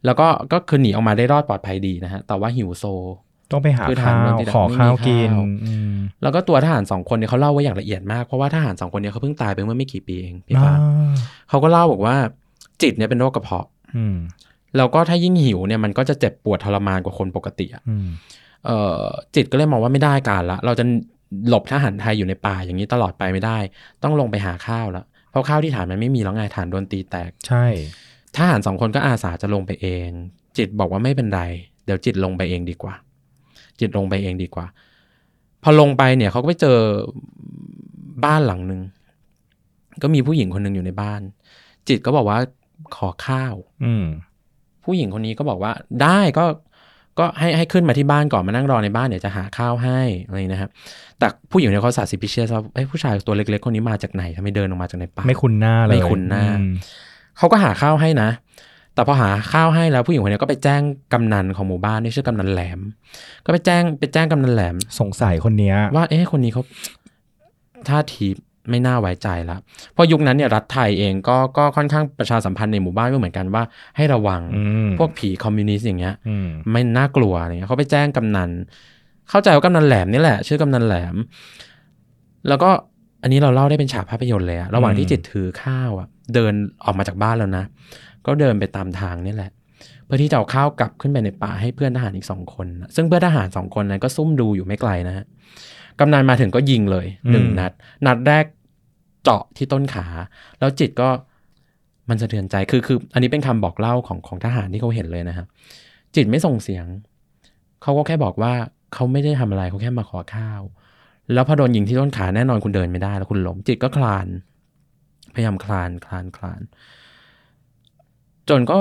แล้วก็ก็คือหนีออกมาได้รอดปลอดภัยดีนะฮะแต่ว่าหิวโซ
ต้องไปหา
คือทา
ข้าง ว
ที่แบบ
ขอ
ไม่มี
ข้าวกิน
ข้าว
อืม
แล้วก็ตัวทหารสองคนเนี่ยเขาเล่าไว้อย่างละเอียดมากเพราะว่าทหารสองคนเนี่ยเขาเพิ่งตายไปเมื่อไม่กี่ปีเองพี่ฟ้า
อ่า
เขาก็เล่าบอกว่าจิตเนี่ยเป็นโรคกระเพาะ
อืม
แล้วก็ถ้ายิ่งหิวเนี่ยมันก็จะเจ็บปวดทรมานกว่าคนปกติอะ
อืม
เอ่อจิตก็เลยมองว่าไม่ได้การละ เราจะหลบทหารไทยอยู่ในป่าอย่างนี้ตลอดไปไม่ได้ ต้องลงไปหาข้าวละเพราะข้าวที่ฐานมันไม่มีแล้วไงฐานโดนตีแตก
ใช่
ทหารสองคนก็อาสาจะลงไปเอง จิตบอกว่าไม่เป็นไร เดี๋ยวจิตลงไปเองดีกว่า จิตลงไปเองดีกว่า พอลงไปเนี่ยเขาก็ไปเจอบ้านหลังหนึ่งก็มีผู้หญิงคนหนึ่งอยู่ในบ้าน จิตก็บอกว่าขอข้าว
อืม
ผู้หญิงคนนี้ก็บอกว่าได้ก็ก็ให้ให้ขึ้นมาที่บ้านก่อนมานั่งรอในบ้านเดี๋ยวจะหาข้าวให้อะไรนะครับแต่ผู้หญิงเนี่ยเขาสาสิพิเชียสว่าเอ้ยผู้ชายตัวเล็กๆคนนี้มาจากไหนทำไมเดินออกมาจากในป่า
ไม่คุ้นหน้าเลย
ไม่คุ้นหน้า
อืม
เขาก็หาข้าวให้นะ แต่พอหาข้าวให้แล้วผู้หญิงคนนี้ก็ไปแจ้งกำนันของหมู่บ้านที่ชื่อกำนันแหลม ก็ไปแจ้งไปแจ้งกำนันแหลม
สงสัยคนเนี้ย
ว่าเอ๊ะคนนี้เขาท่าทีไม่น่าไว้ใจละเพราะยุคนั้นเนี่ยรัฐไทยเองก็ก็ค่อนข้างประชาสัมพันธ์ในหมู่บ้านไว้เหมือนกันว่าให้ระวัง
อืม
พวกผีคอมมิวนิสต์อย่างเงี้ย
อืม
ไม่น่ากลัวอะไรเนี่ยเขาไปแจ้งกำนัน เข้าใจว่ากำนันแหลมนี่แหละ ชื่อกำนันแหลม แล้วก็อันนี้เราเล่าได้เป็นฉากภาพยนตร์เลยอะระหว่างที่จิตถือข้าวอะเดินออกมาจากบ้านแล้วนะ ก็เดินไปตามทางนี่แหละ เพื่อที่จะเอาข้าวกลับขึ้นไปในป่าให้เพื่อนทหารอีกสองคนนะซึ่งเพื่อนทหารสองคนนั้นก็ซุ่มดูอยู่ไม่ไกลนะฮะกำนันมาถึงก็ยิงเลยหนึ่งนัด นัดแรกเจาะที่ต้นขา แล้วจิตก็มันสะเทือนใจคือคือ อันนี้เป็นคำบอกเล่าของของทหารที่เขาเห็นเลยนะครับ จิตไม่ส่งเสียง เขาก็แค่บอกว่าเขาไม่ได้ทำอะไรเขาแค่มาขอข้าว แล้วพอโดนยิงที่ต้นขาแน่นอนคุณเดินไม่ได้แล้วคุณล้มจิตก็คลาน พยายามคลานคลานคลาน จนก็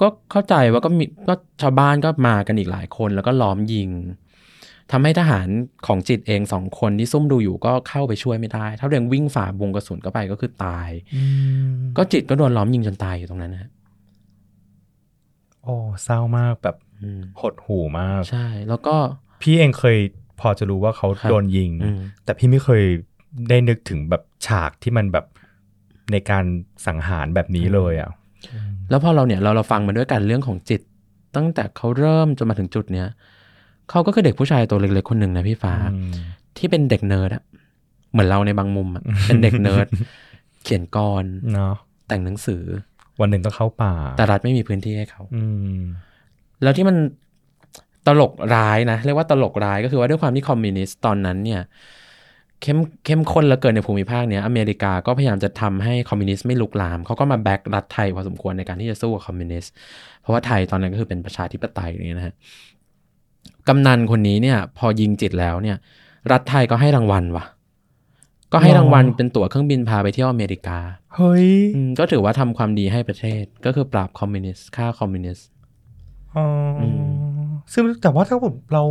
ก็เข้าใจว่าก็มีก็ชาวบ้านก็มากันอีกหลายคน แล้วก็ล้อมยิงทำให้ทหารของจิตเองสองคนที่ซุ่มดูอยู่ก็เข้าไปช่วยไม่ได้ถ้าเรียงวิ่งฝ่าวงกระสุนเข้าไปก็คือตาย ก็จิตก็โดนล้อมยิงจนตายอยู่ตรงนั้นนะฮะ
โอ้เศร้ามากแบบ
อืม
หดหู่มาก
ใช่แล้วก็
พี่เองเคยพอจะรู้ว่าเขา
ครับ
โดนยิง
อืม
แต่พี่ไม่เคยได้นึกถึงแบบฉากที่มันแบบในการสังหารแบบนี้เลยอ่ะ
แล้วพอเราเนี่ยเราเราฟังมาด้วยกันเรื่องของจิต ตั้งแต่เขาเริ่มจนมาถึงจุดเนี้ยเขาก็คือเด็กผู้ชายตัวเล็กๆคนหนึ่งนะพี่ฟ้า ที่เป็นเด็กเนิร์ดอะเหมือนเราในบางมุมอะ
อืม
เป็นเด็กเนิ ร์ดเขียนกร
เนาะ
แต่งหนังสือ
วันหนึ่งต้องเข้าป่า
แต่รัฐไม่มีพื้นที่ให้เขา
อืม
แล้วที่มันตลกร้ายนะ เรียกว่าตลกร้ายก็คือว่าด้วยความที่คอมมิวนิสต์ตอนนั้นเนี่ยเข้มเข้มข้นเหลือเกินในภูมิภาคเนี้ยอเมริกาก็พยายามจะทำให้คอมมิวนิสต์ไม่ลุกลามเขาก็มาแบ็กรัฐไทยพอสมควรในการที่จะสู้กับคอมมิวนิสต์เพราะว่าไทยตอนนั้นก็คือเป็นประชาธิปไตยอย่างเงี้ยนะฮะกำนันคนนี้เนี่ยพอยิงจิตแล้วเนี่ย รัฐไทยก็ให้รางวัลว่ะ ก็ให้รางวัล
อ๋อ
เป็นตั๋วเครื่องบินพาไปเที่ยวอเมริกา
เฮ้ย
อืมก็ถือว่าทำความดีให้ประเทศก็คือปราบคอมมิวนิสต์ฆ่าคอมมิวนิสต์
อ๋ออ
ม
ซึ่งแต่ว่าถ้าผมเรา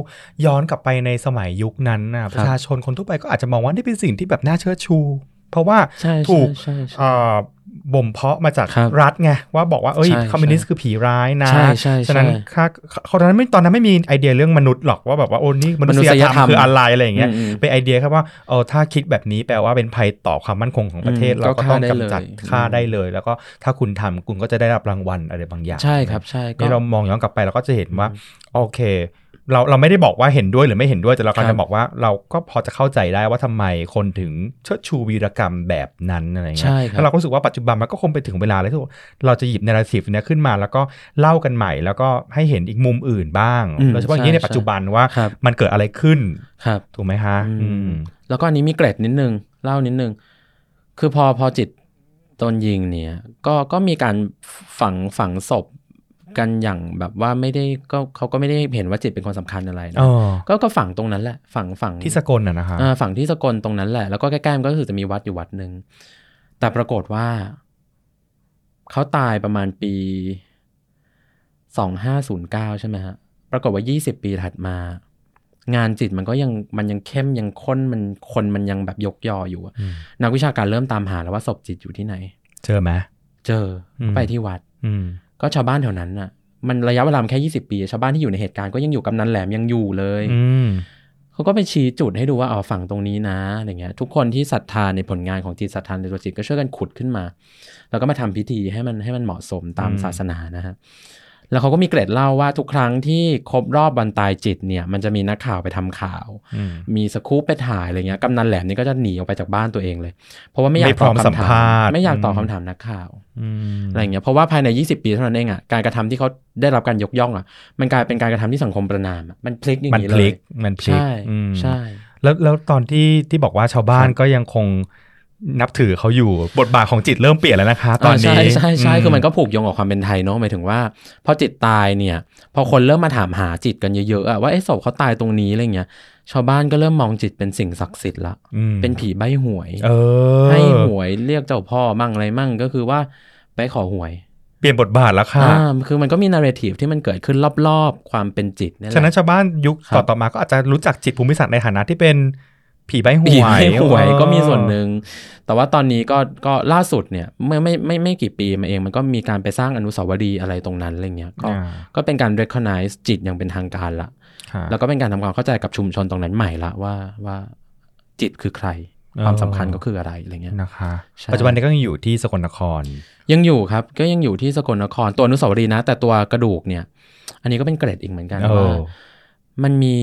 ย้อนกลับไปในสมัยยุคนั้นน่ะประชาชนคนทั่วไปก็อาจจะมองว่านี่เป็นสิ่งที่แบบน่าเชิดชู เพราะว่า
ใช่ใช่
ถูก
ใช่ใช่
เอ่อบ่มเพาะมาจาก
ครับ
รัฐไงว่าบอกว่าเอ้ย
ใช่
คอมมิวนิสต์
ใช่
คือผีร้ายนะ
ใช่ใช่
ฉะนั้น
ใช่
ค่าเขาตอนนั้นไม่ตอนนั้นไม่มีไอเดียเรื่องมนุษย์หรอกว่าแบบว่าโอ้นี่มนุษยธรรมคืออะไรอะไรอย่างเงี้ย
มม
เป็นไอเดียครับว่าเออถ้าคิดแบบนี้แปลว่าเป็นภัยต่อความมั่นคงของประเทศ
อืม
เราก็
ก็ฆ่า
ต้อง
ได้
กำจัด
เลย
ฆ่าได้เลย แล้วก็ถ้าคุณทำคุณก็จะได้รับรางวัลอะไรบางอย่าง
ใช่ครับใช่ก็
นี่เรามองย้อนกลับไปเราก็จะเห็นว่าโอเค เราเราไม่ได้บอกว่าเห็นด้วยหรือไม่เห็นด้วยแต่เราก็
ครั
จะ
บ
บอกว่าเราก็พอจะเข้าใจได้ว่าทำไมคนถึงเชิดชูวีรกรรมแบบนั้นอะไรเงี้ย
ใช่ค
แล้ว
รั
เรา
บ
ก็รู้สึกว่าปัจจุบันมันก็คงไปถึงเวลาแล้วที่เราจะหยิบนาราทีฟเนี้ยขึ้นมาแล้วก็เล่ากันใหม่ แล้วก็ให้เห็นอีกมุมอื่นบ้าง
อืม
โดยเฉพาะอย่างนี้
ใช่
ในปัจจุบันว่า
ครับ
มันเกิดอะไรขึ้น
ครับ
ถูกไหมฮะ
อืม
อืม
แล้วก็อันนี้มีเกร็ดนิดนึงเล่านิดนึง คือพอพอจิตโดนยิงเนี่ย ก็ก็มีการฝังฝังศพกันอย่างแบบว่าไม่ได้ก็เขาก็ไม่ได้เห็นว่าจิตเป็นคนสำคัญอะไรนะ
อ๋อ
ก็ก็ฝังตรงนั้นแหละ ฝังฝัง
ที่สกลน่ะนะคะ
อ่าฝังที่สกลตรงนั้นแหละ แล้วก็ใกล้ๆมันก็คือจะมีวัดอยู่วัดหนึ่งแต่ปรากฏว่าเขาตายประมาณปีสองห้าศูนย์เก้าใช่ไหมฮะ ปรากฏว่ายี่สิบปีถัดมา งานจิตมันก็ยังมันยังเข้มยังข้นมันคนมันยังแบบยกยออยู่อะ
อืม
นักวิชาการเริ่มตามหาแล้วว่าศพจิตอยู่ที่ไหน
เจอไหม
เจอ
อืม
ไปที่วัด
อืม
ก็ชาวบ้านแถวนั้นน่ะ มันระยะเวลามันแค่ 20 ปี ชาวบ้านที่อยู่ในเหตุการณ์ก็ยังอยู่กำนันแหลมยังอยู่เลย
อืม
เขาก็ไปชี้จุดให้ดูว่าอ๋อฝั่งตรงนี้นะอะไรเงี้ยทุกคนที่ศรัทธาในผลงานของจิตศรัทธาในตัวจิตก็ช่วยกันขุดขึ้นมา แล้วก็มาทำพิธีให้มันให้มันเหมาะสมตาม
อืม
ศาสนานะฮะแล้วเขาก็มีเกร็ดเล่าว่าทุกครั้งที่ครบรอบวันตายจิตเนี่ยมันจะมีนักข่าวไปทำข่าว
อืม
มีสกู๊ปไปถ่ายอะไรเงี้ยกำนันแหลมนี่ก็จะหนีออกไปจากบ้านตัวเองเลย เพราะว่าไม่อยาก
ไม่พร้อม
ตบ
สัม
คำถา
ภาษณ์
มไม่อยากตอบ
อืม
คำถามนักข่าว
อืม
อะไรอย่างเงี้ยเพราะว่าภายใน 20 ปีเท่านั้นเองอ่ะการกระทำที่เขาได้รับการยกย่องอ่ะ มันกลายเป็นการกระทำที่สังคมประนามอะมันพลิกอย่าง
มัน
นี้
พ
เล
ลิ
ย
กมันพลิก
ใช่
อืม
ใช่
แล้วแล้วตอนที่ที่บอกว่าชาวบ้าน
ครับ
ก็ยังคงนับถือเขาอยู่บทบาทของจิตเริ่มเปลี่ยนแล้วนะคะ ตอนนี้
ใช่ใช่ใช่คือมัน
ก็
ก็ผูกโยงกับความเป็นไทยเนาะหมายถึงว่า พอจิตตายเนี่ย พอคนเริ่มมาถามหาจิตกันเยอะๆอะว่าไอ้ศพเขาตายตรงนี้อะไรเงี้ยชาวบ้านก็เริ่มมองจิตเป็นสิ่งศักดิ์สิทธิ์ละเป็นผีใบหวย
เออ
ให้หวยเรียกเจ้าพ่อมั่งอะไรมั่งก็คือว่าไปขอหวย
เปลี่ยนบทบาทแล้วค่ะ
อ่าคือมันก็มีนาเรทีฟที่มันเกิดขึ้นรอบๆความเป็นจิตเนี่ยแห
ฉะนั้น
ละ
ชาวบ้านยุค
ครั
ต่อบ ต่อมาก็อาจจะรู้จักจิตภูมิศาสตร์ในฐานะที่เป็นผีใบหวย
ผีใบหวย
เออ
ก็มีส่วนหนึ่ง แต่ว่าตอนนี้ก็ก็ล่าสุดเนี่ยเมื่อไม่ไม่ไม่กี่ปีมาเอง มันก็มีการไปสร้างอนุสาวรีย์อะไรตรงนั้นอะไรเงี้ยก็
อ่า
ก็เป็นการ recognize จิตอย่างเป็นทางการละ
ค่ะ
แล้วก็เป็นการทำความเข้าใจกับชุมชนตรงนั้นใหม่ละว่าว่าจิตคือใคร ความสำคัญก็คืออะไรอะไรเงี้ย
นะคะ
ใช่
ปัจจุบันนี้ก็ยังอยู่ที่สกลนคร
ยังอยู่ครับก็ยังอยู่ที่สกลนครตัวอนุสาวรีย์นะ แต่ตัวกระดูกเนี่ย อันนี้ก็เป็นเกรดอีกเหมือนกัน
โอ้
ว่ามันมี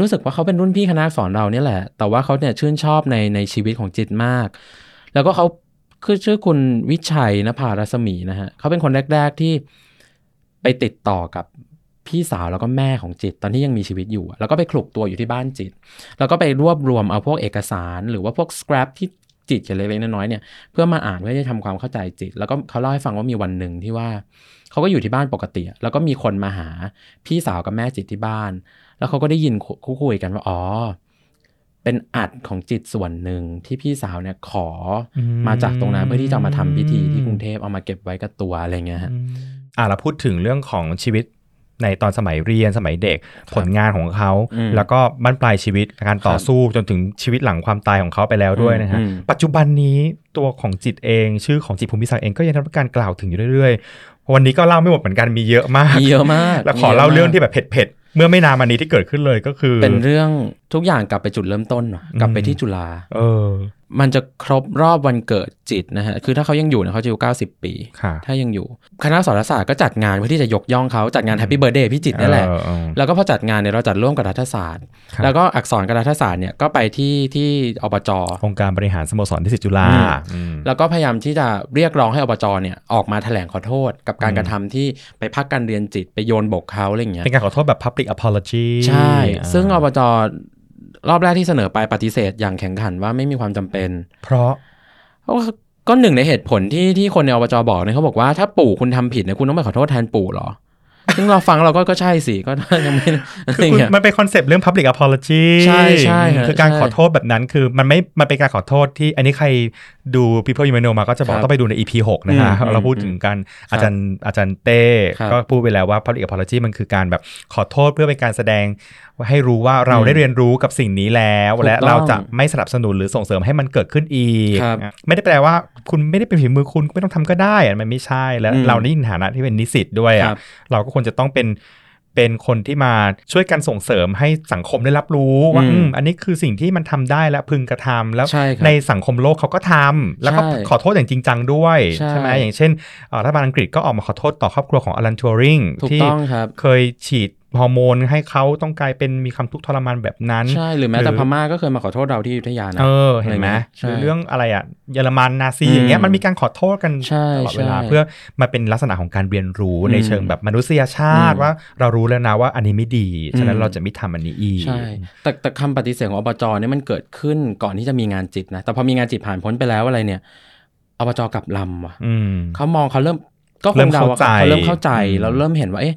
รู้สึกว่าเขาเป็นรุ่นพี่คณะสอนเราเนี่ยแหละ แต่ว่าเขาเนี่ยชื่นชอบในในชีวิตของจิตมาก แล้วก็เขาคือชื่อคุณวิชัยนภารัศมีนะฮะเขาเป็นคนแรก ๆที่ไปติดต่อกับพี่สาวแล้วก็แม่ของจิต ตอนที่ยังมีชีวิตอยู่อะแล้วก็ไปคลุกตัวอยู่ที่บ้านจิต แล้วก็ไปรวบรวมเอาพวกเอกสาร หรือว่าพวกสครับที่จิตเขียนเล็กๆน้อยๆเนี่ย เพื่อมาอ่านเพื่อจะทำความเข้าใจจิต แล้วก็เขาเล่าให้ฟังว่ามีวันหนึ่งที่ว่าเขาก็อยู่ที่บ้านปกติอะแล้วก็มีคนมาหาพี่สาวกับแม่จิตที่บ้าน แล้วเขาก็ได้ยินคุคุคุยกันว่าอ๋อเป็นอัดของจิตส่วนหนึ่งที่พี่สาวเนี่ยขออ
ม
มาจากตรงนั้นเพื่อที่จะเอามาทำพิธีที่กรุงเทพเอามาเก็บไว้กับตัวอะไรเงี้ยฮะ
อ่ะเราพูดถึงเรื่องของชีวิตในตอนสมัยเรียนสมัยเด็กผลงานของเขา
อืม
แล้วก็บั้นปลายชีวิตการต่อ
ครับ
สู้จนถึงชีวิตหลังความตายของเขาไปแล้วด้วยนะฮะ
อืมอืม
ปัจจุบันนี้ตัวของจิตเองชื่อของจิตภูมิศักดิ์เองก็ยังได้รับการกล่าวถึงอยู่เรื่อยๆ วันนี้ก็เล่าไม่หมดเหมือนกันมีเยอะมาก
มีเยอะมาก
แล้วขอ
มียะ
เล่าม
ก
เรื่องที่แบบเผ็ดๆเมื่อไม่นานมานี้ที่เกิดขึ้นเลยก็คือ
เป็นเรื่องทุกอย่างกลับไปจุดเริ่มต้นว่ะกลับไป
อืม
ที่จุฬา
เออ
มันจะครบรอบวันเกิดจิตนะฮะ คือถ้าเขายังอยู่นะเขาจะอยู่ 90 ปี
ค่ะ
ถ้ายังอยู่ คณะสารศาสตร์ก็จัดงานเพื่อที่จะยกย่องเขาจัดงานแฮปปี้เบ t ร์เดย์พี่จิตนั่นแหละ
เออเออ
แล้วก็พอจัดงานเนี่ยเราจัดร่วมกับรัฐศาสตร์
ครับ
แล้วก็อักษรกับรัฐศาสตร์เนี่ยก็ไปที่ที่อบจ
องค์การบริหารสโมสรที่สิจุฬา
อืม
อืม
แล้วก็พยายามที่จะเรียกร้องให้อบจเนี่ยออกมาแถลงขอโทษ กับการ
อืม
กระทำที่ไปพักการเรียนจิตไปโยนบกเขาอะไรอย่างเงี้ย
เป็นการขอโทษแบบ public apology
ใช่
อ่า
ซึ่งอบจรอบแรกที่เสนอไปปฏิเสธอย่างแข็งขันว่าไม่มีความจำเป็น
เพราะ
ก็ก็หนึ่งในเหตุผลที่ที่คนในอบจบอกเนี่ยเขาบอกว่าถ้าปู่คุณทำผิดเนี่ยคุณต้องไปขอโทษแทนปู่เหรอ ซึ่งเราฟังเราก็ก็ใช่สิ ก็ ยังไม่อะไร
คือคุณ
เงี้ย
มันเป็นคอนเซปต์เรื่อง Public Apology
ใช่ใช่ฮะ
คือการ
ใช่
ขอโทษแบบนั้นคือมันไม่ มันเป็นการขอโทษที่อันนี้ใครดู People You May Know มาก็จะบอก
ครับ
ต้องไปดูใน EP 6 นะฮะ
อืม
เราพูดถึงการอาจารย์อาจารย์เต้
ครับ
ก็พูดไปแล้วว่า Public Apology มันคือการแบบขอโทษเพื่อเป็นการแสดงให้รู้ว่าเรา
อืม
ได้เรียนรู้กับสิ่งนี้แล้ว
ถูกต้อง
และเราจะไม่สนับสนุนหรือส่งเสริมให้มันเกิดขึ้นอีก
ครับ
ไม่ได้แปลว่าคุณไม่ได้เป็นฝีมือคุณคุณไม่ต้องทำก็ได้อะมันไม่ใช่และ
อืม
เรานี่ในฐานะที่เป็นนิสิตด้วย
ค
อะ
รับ
เราก็ควรจะต้องเป็นเป็นคนที่มาช่วยกันส่งเสริมให้สังคมได้รับรู้ว่า
อืม
อืมอันนี้คือสิ่งที่มันทำได้และพึงกระทำแล้ว
ใช่ครับ
สังคมโลกเขาก็ทำแล้วก็
ใช่
ขอโทษอย่างจริงจังด้วย
ใช่
ไหมอย่างเช่นเอ่อรัฐบาลอังกฤษก็ออกมาขอโทษต่อครอบครัวของอลันทัวริง
ถูก
ที่
ต้องครับ
เคยฉีดฮอร์โมนให้เขาต้องกลายเป็นมีความทุกข์ทรมานแบบนั้น
ใช่หรือแม้
ห
แต่
รือ
พม่าก็เคยมาขอโทษเราที่อยุธยานะ
เออเห็นไหม
อะไรเงี้ยใช่
หรือเรื่องอะไรอ่ะเยอรมันนาซี
อืม
อย่างเงี้ยมันมีการขอโทษกัน
ใช่
ตลอดเวลา
ใช่
เพื่อมาเป็นลักษณะของการเรียนรู้ใน
อืม
เชิงแบบมนุษยชาติ
อืม
ว่าเรารู้แล้วนะว่าอันนี้ไม่ดี ฉะนั้น
อืม
เราจะไม่ทำอันนี้อีก
ใช่ แต่แต่คำปฏิเสธของอบจเนี่ยมันเกิดขึ้นก่อนที่จะมีงานจิตนะ แต่พอมีงานจิตผ่านพ้นไปแล้วอะไรเนี่ย อบจกลับลำว่ะ
อืม
เขามองเขาเริ่มก็ค
เริ่
ง
ม
เดา
เข้า
ว่า
ใจ
เขาเริ่มเข้าใจ
อืม
แล้วเริ่มเห็นว่าเอ๊ะ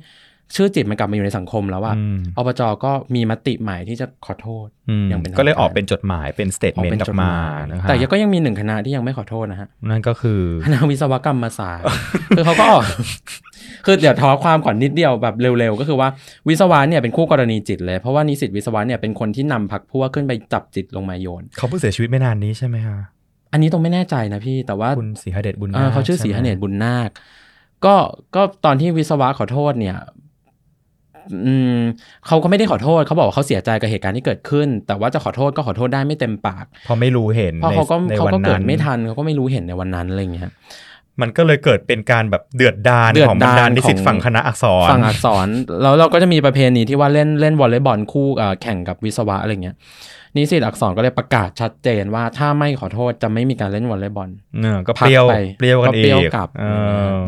ชื่อจิตมันกลับมาอยู่ในสังคมแล้วอะ
อืม
อบจก็มีมติใหม่ที่จะขอโทษ
ม
ยังเป็นทางการ
ก็เลยออกเป็นจดหมายเป็นสเตท
ออก
เมน
เป็น
ต์อ
จ
อ
ด
ก
ห
มา
มา
นะ
ย
คะ
แต่ยังก็ยังมีหนึ่งคณะที่ยังไม่ขอโทษนะฮะ
นั่นก็คือ
คณะวิศวกรรมศาสต ร์ คือเขาก็ออก คือเดี๋ยวท้อความก่อนนิดเดียวแบบเร็วๆ ก็คือว่าวิศวะเนี่ยเป็นคู่กรณีจิตเลย เพราะว่านิสิตวิศวะเนี่ยเป็นคนที่นำพักพวกขึ้นไปจับจิตลงมาโยน
เขาเพิ่งเสียชีวิตไม่นานนี้ใช่ไหมคะ
อันนี้ต้องไม่แน่ใจนะพี่แต่ว่า
คุณสีหเดชบุญน
เออเขาชื่อศรี
ใไหม
หเนตบุญนาค ก็ก็ตอนที่วิศวะขอโทษเนี่ย อืมเขาก็ไม่ได้ขอโทษเขาบอกว่าเขาเสียใจกับเหตุการณ์ที่เกิดขึ้น แต่ว่าจะขอโทษก็ขอโทษได้ไม่เต็มปาก
เพราะไม่รู้เห็น
เพราะเขาก็
ใน
เขา
วัน
ก็เกิ
นั้
ด
น
ไม่ทันเขาก็ไม่รู้เห็นในวันนั้นอะไรอย่างเงี้ย
มันก็เลยเกิดเป็นการแบบเดือดดาล
เดือด
ของบรรดา
ดาล
นิสิต
ของ
ฝั่งคณะอักษร
ฝั่งอักษร แล้วเราก็จะมีประเพณีที่ว่าเล่นเล่นวอลเลย์บอลคู่เอ่อแข่งกับวิศวะอะไรเงี้ยนิสิตอักษรก็เลยประกาศชัดเจนว่าถ้าไม่ขอโทษจะไม่มีการเล่นวอลเลย์บอล
เออก็เปรี้ยว
พักไป
เปรี้ยวกัน
ก็
เอ
เปรี้ยว
ง
กลับ
เออ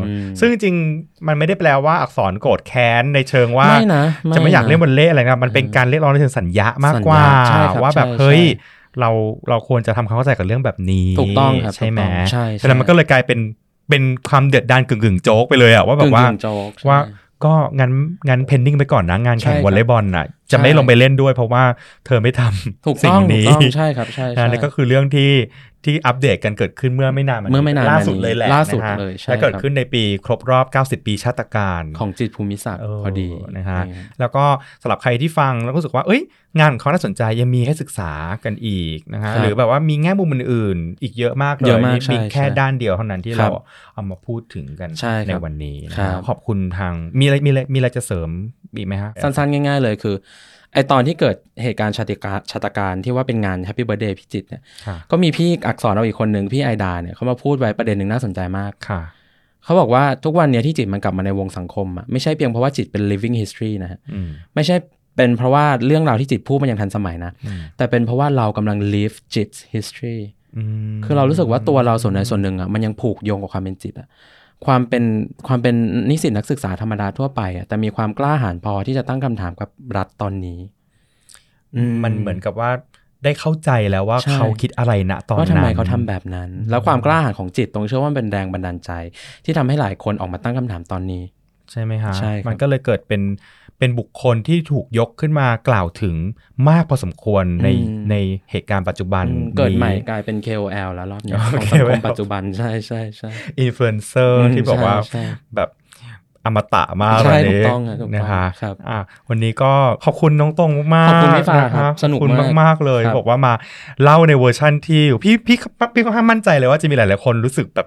อ
ม
ซึ่งจริงๆมันไม่ได้แปลว่าอักษรโกรธแค้นในเชิงว่า
ไม่นะ
จะไม่อยากเล่นบ
นะ
นเล่อะไรนะมันเป็นการเรียกร้องในเชิงสัญญามากกว่า
สัญญาใช่ครับ
ว่าแบบ
ใช่
เฮ้ย
ใช่
เราเราควรจะทำความเข้าใจกับเรื่องแบบนี้
ถูกต้องครับ
ใช่ไหม
ถูกต้องใช่ใช่
ฉะนั้นมันก็เลยกลายเป็นเป็นความเดือดดานกึ่งกึ่งๆโจ๊กไปเลยอะว่าแบบว่าก
ึ่งๆโจ๊กใช่
ว่าก็งั้นงั้นเพนดิ้งไปก่อนนะงานแข่ง
ใช่ครับ
วอลเลย์บอลน่ะ จะไม่
ใช่
ลงไปเล่นด้วย เพราะว่าเธอไม่ท
ถูก
ำสิ่
ต้อง งถูก
นี้
ต้องใช่ครับใช่ใช่
นะนั่นก็คือเรื่องที่ที่อัปเดตกันเกิดขึ้นเมื่อไม่นาน
เมื่อไม่นานมานี้
ล่าสุดเลยแหละ
ล่าสุด
นะฮะ
เลยใช่
และเกิด
ครับ
ขึ้นในปีครบรอบ 90 ปีชาตการ
ของจิตภูมิศักดิ์
เออ
พอดี
นะฮะ
อืม
แล้วก็สำหรับใครที่ฟังแล้วก็รู้สึกว่า เอ้ย งานของเขาน่าสนใจยังมีให้ศึกษากันอีกนะฮะ
ครับ
หรือแบบว่ามีแง่มุมอื่นๆ อีกเยอะมากเลย
เยอะมาก
นี่
ใช่
มีแค่
ใช่
ด้านเดียวเท่านั้นที่
ครั
เรา
บ
เอามาพูดถึงกัน
ใช่ครับ
วันนี้นะ
ครั
ฮะ
บ
ขอบคุณทางมีอะไรมีอะไรมีอะไรจะเสริมอีกไหมฮะ
สั้นๆ ง่ายๆ เลยคือไอตอนที่เกิดเหตุการณ์ชาติกาชาตการที่ว่าเป็นงานแฮปปี้เบ t ร์ a เดย์พิจิตรเนี่ย
ค่ะ
ก็มีพี่อักษรเราอีกคนหนึ่งพี่ไอดาเนี่ยเขามาพูดไว้ประเด็นหนึ่งน่าสนใจมาก
ค่ะ
เขาบอกว่าทุกวันเนี้ยที่จิตมันกลับมาในวงสังคมอะไม่ใช่เพียงเพราะว่าจิตเป็น living history นะฮะ
อืม
ไม่ใช่เป็นเพราะว่าเรื่องราวที่จิตพูดมันยังทันสมัยนะ
อืม
แต่เป็นเพราะว่าเรากำลัง live จิต history
อืม
คือเรารู้สึกว่าตัวเราส่วนใดส่วนหนึ่งอะมันยังผูกโยงกับความเป็นจิตอะความเป็นความเป็นนิสิตนักศึกษาธรรมดาทั่วไปอะแต่มีความกล้าหาญพอที่จะตั้งคำถามกับรัฐตอนนี้
มันเหมือนกับว่าได้เข้าใจแล้วว่า
ใช่
เขาคิดอะไรนะตอนนั้น
ว่าทำไมเขาทำแบบนั้น แล้วความกล้าหาญของจิตตรงเชื่อว่ามันเป็นแรงบันดาลใจ ที่ทำให้หลายคนออกมาตั้งคำถามตอนนี้
ใช่ไหมฮะ
ใช่ครับ
มันก็เลยเกิดเป็นเป็นบุคคลที่ถูกยกขึ้นมากล่าวถึงมากพอสมควรใน
อืม
ในเหตุการณ์ปัจจุบัน
อืมเกิดใหม่
นี้
กลายเป็น KOL แล้วรอบเนี้ย
อ๋อ
ของสังค
KOL
มปัจจุบันใช่ใช่ใช่
อินฟลูเอนเซอร์
อืม
ที่บอกว่า
ใช่ใช่
แบบอมตะมาก
ใช่
แบบนี้
ถูกต้องอะถูกต้อง
นะฮะ
ครับ
อ่ะวันนี้ก็ขอบคุณน้องตรงมากๆ
ขอบคุณพี่ฟ้า
ะะ
ครับสนุก
ขอบคุณ
มาก
มากๆเลย
ครับ
บอกว่ามาเล่าในเวอร์ชั่นที่พี่พี่พี่ค่อนข้างมั่นใจเลยว่าจะมีหลายๆคนรู้สึกแบบ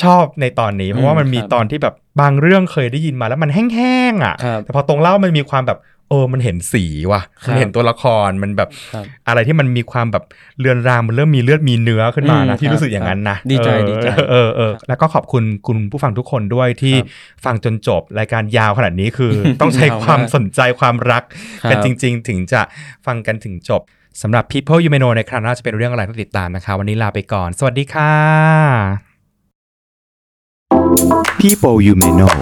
ชอบในตอนนี้ เพราะว่ามันมี
ครับ
ตอนที่แบบบางเรื่องเคยได้ยินมาแล้วมันแห้งๆอ่ะ
ครับ
แต่พอตรงเล่ามันมีความแบบเออมันเห็นสีว่ะ
ครับ
มันเห็นตัวละครมันแบบ
ครับ
อะไรที่มันมีความแบบเรือนรางมันเริ่มมีเลือดมีเนื้อขึ้นมานะ
อืม
ที่
ครับ
รู้สึกอย่างนั้นนะครับ
ดีใจ
เออ
ดีใจ
เออเออแล้วก็ขอบคุณคุณผู้ฟังทุกคนด้วยที่
ครับ
ฟังจนจบรายการยาวขนาดนี้คือ ต้องใช้ความสนใจความรัก
ครับ
กันจริง ๆ ถึงจะฟังกันถึงจบสำหรับ People You May Know ในครั้งหน้าจะเป็นเรื่องอะไรต้องติดตามนะคะ วันนี้ลาไปก่อน สวัสดีค่ะ
People You May Know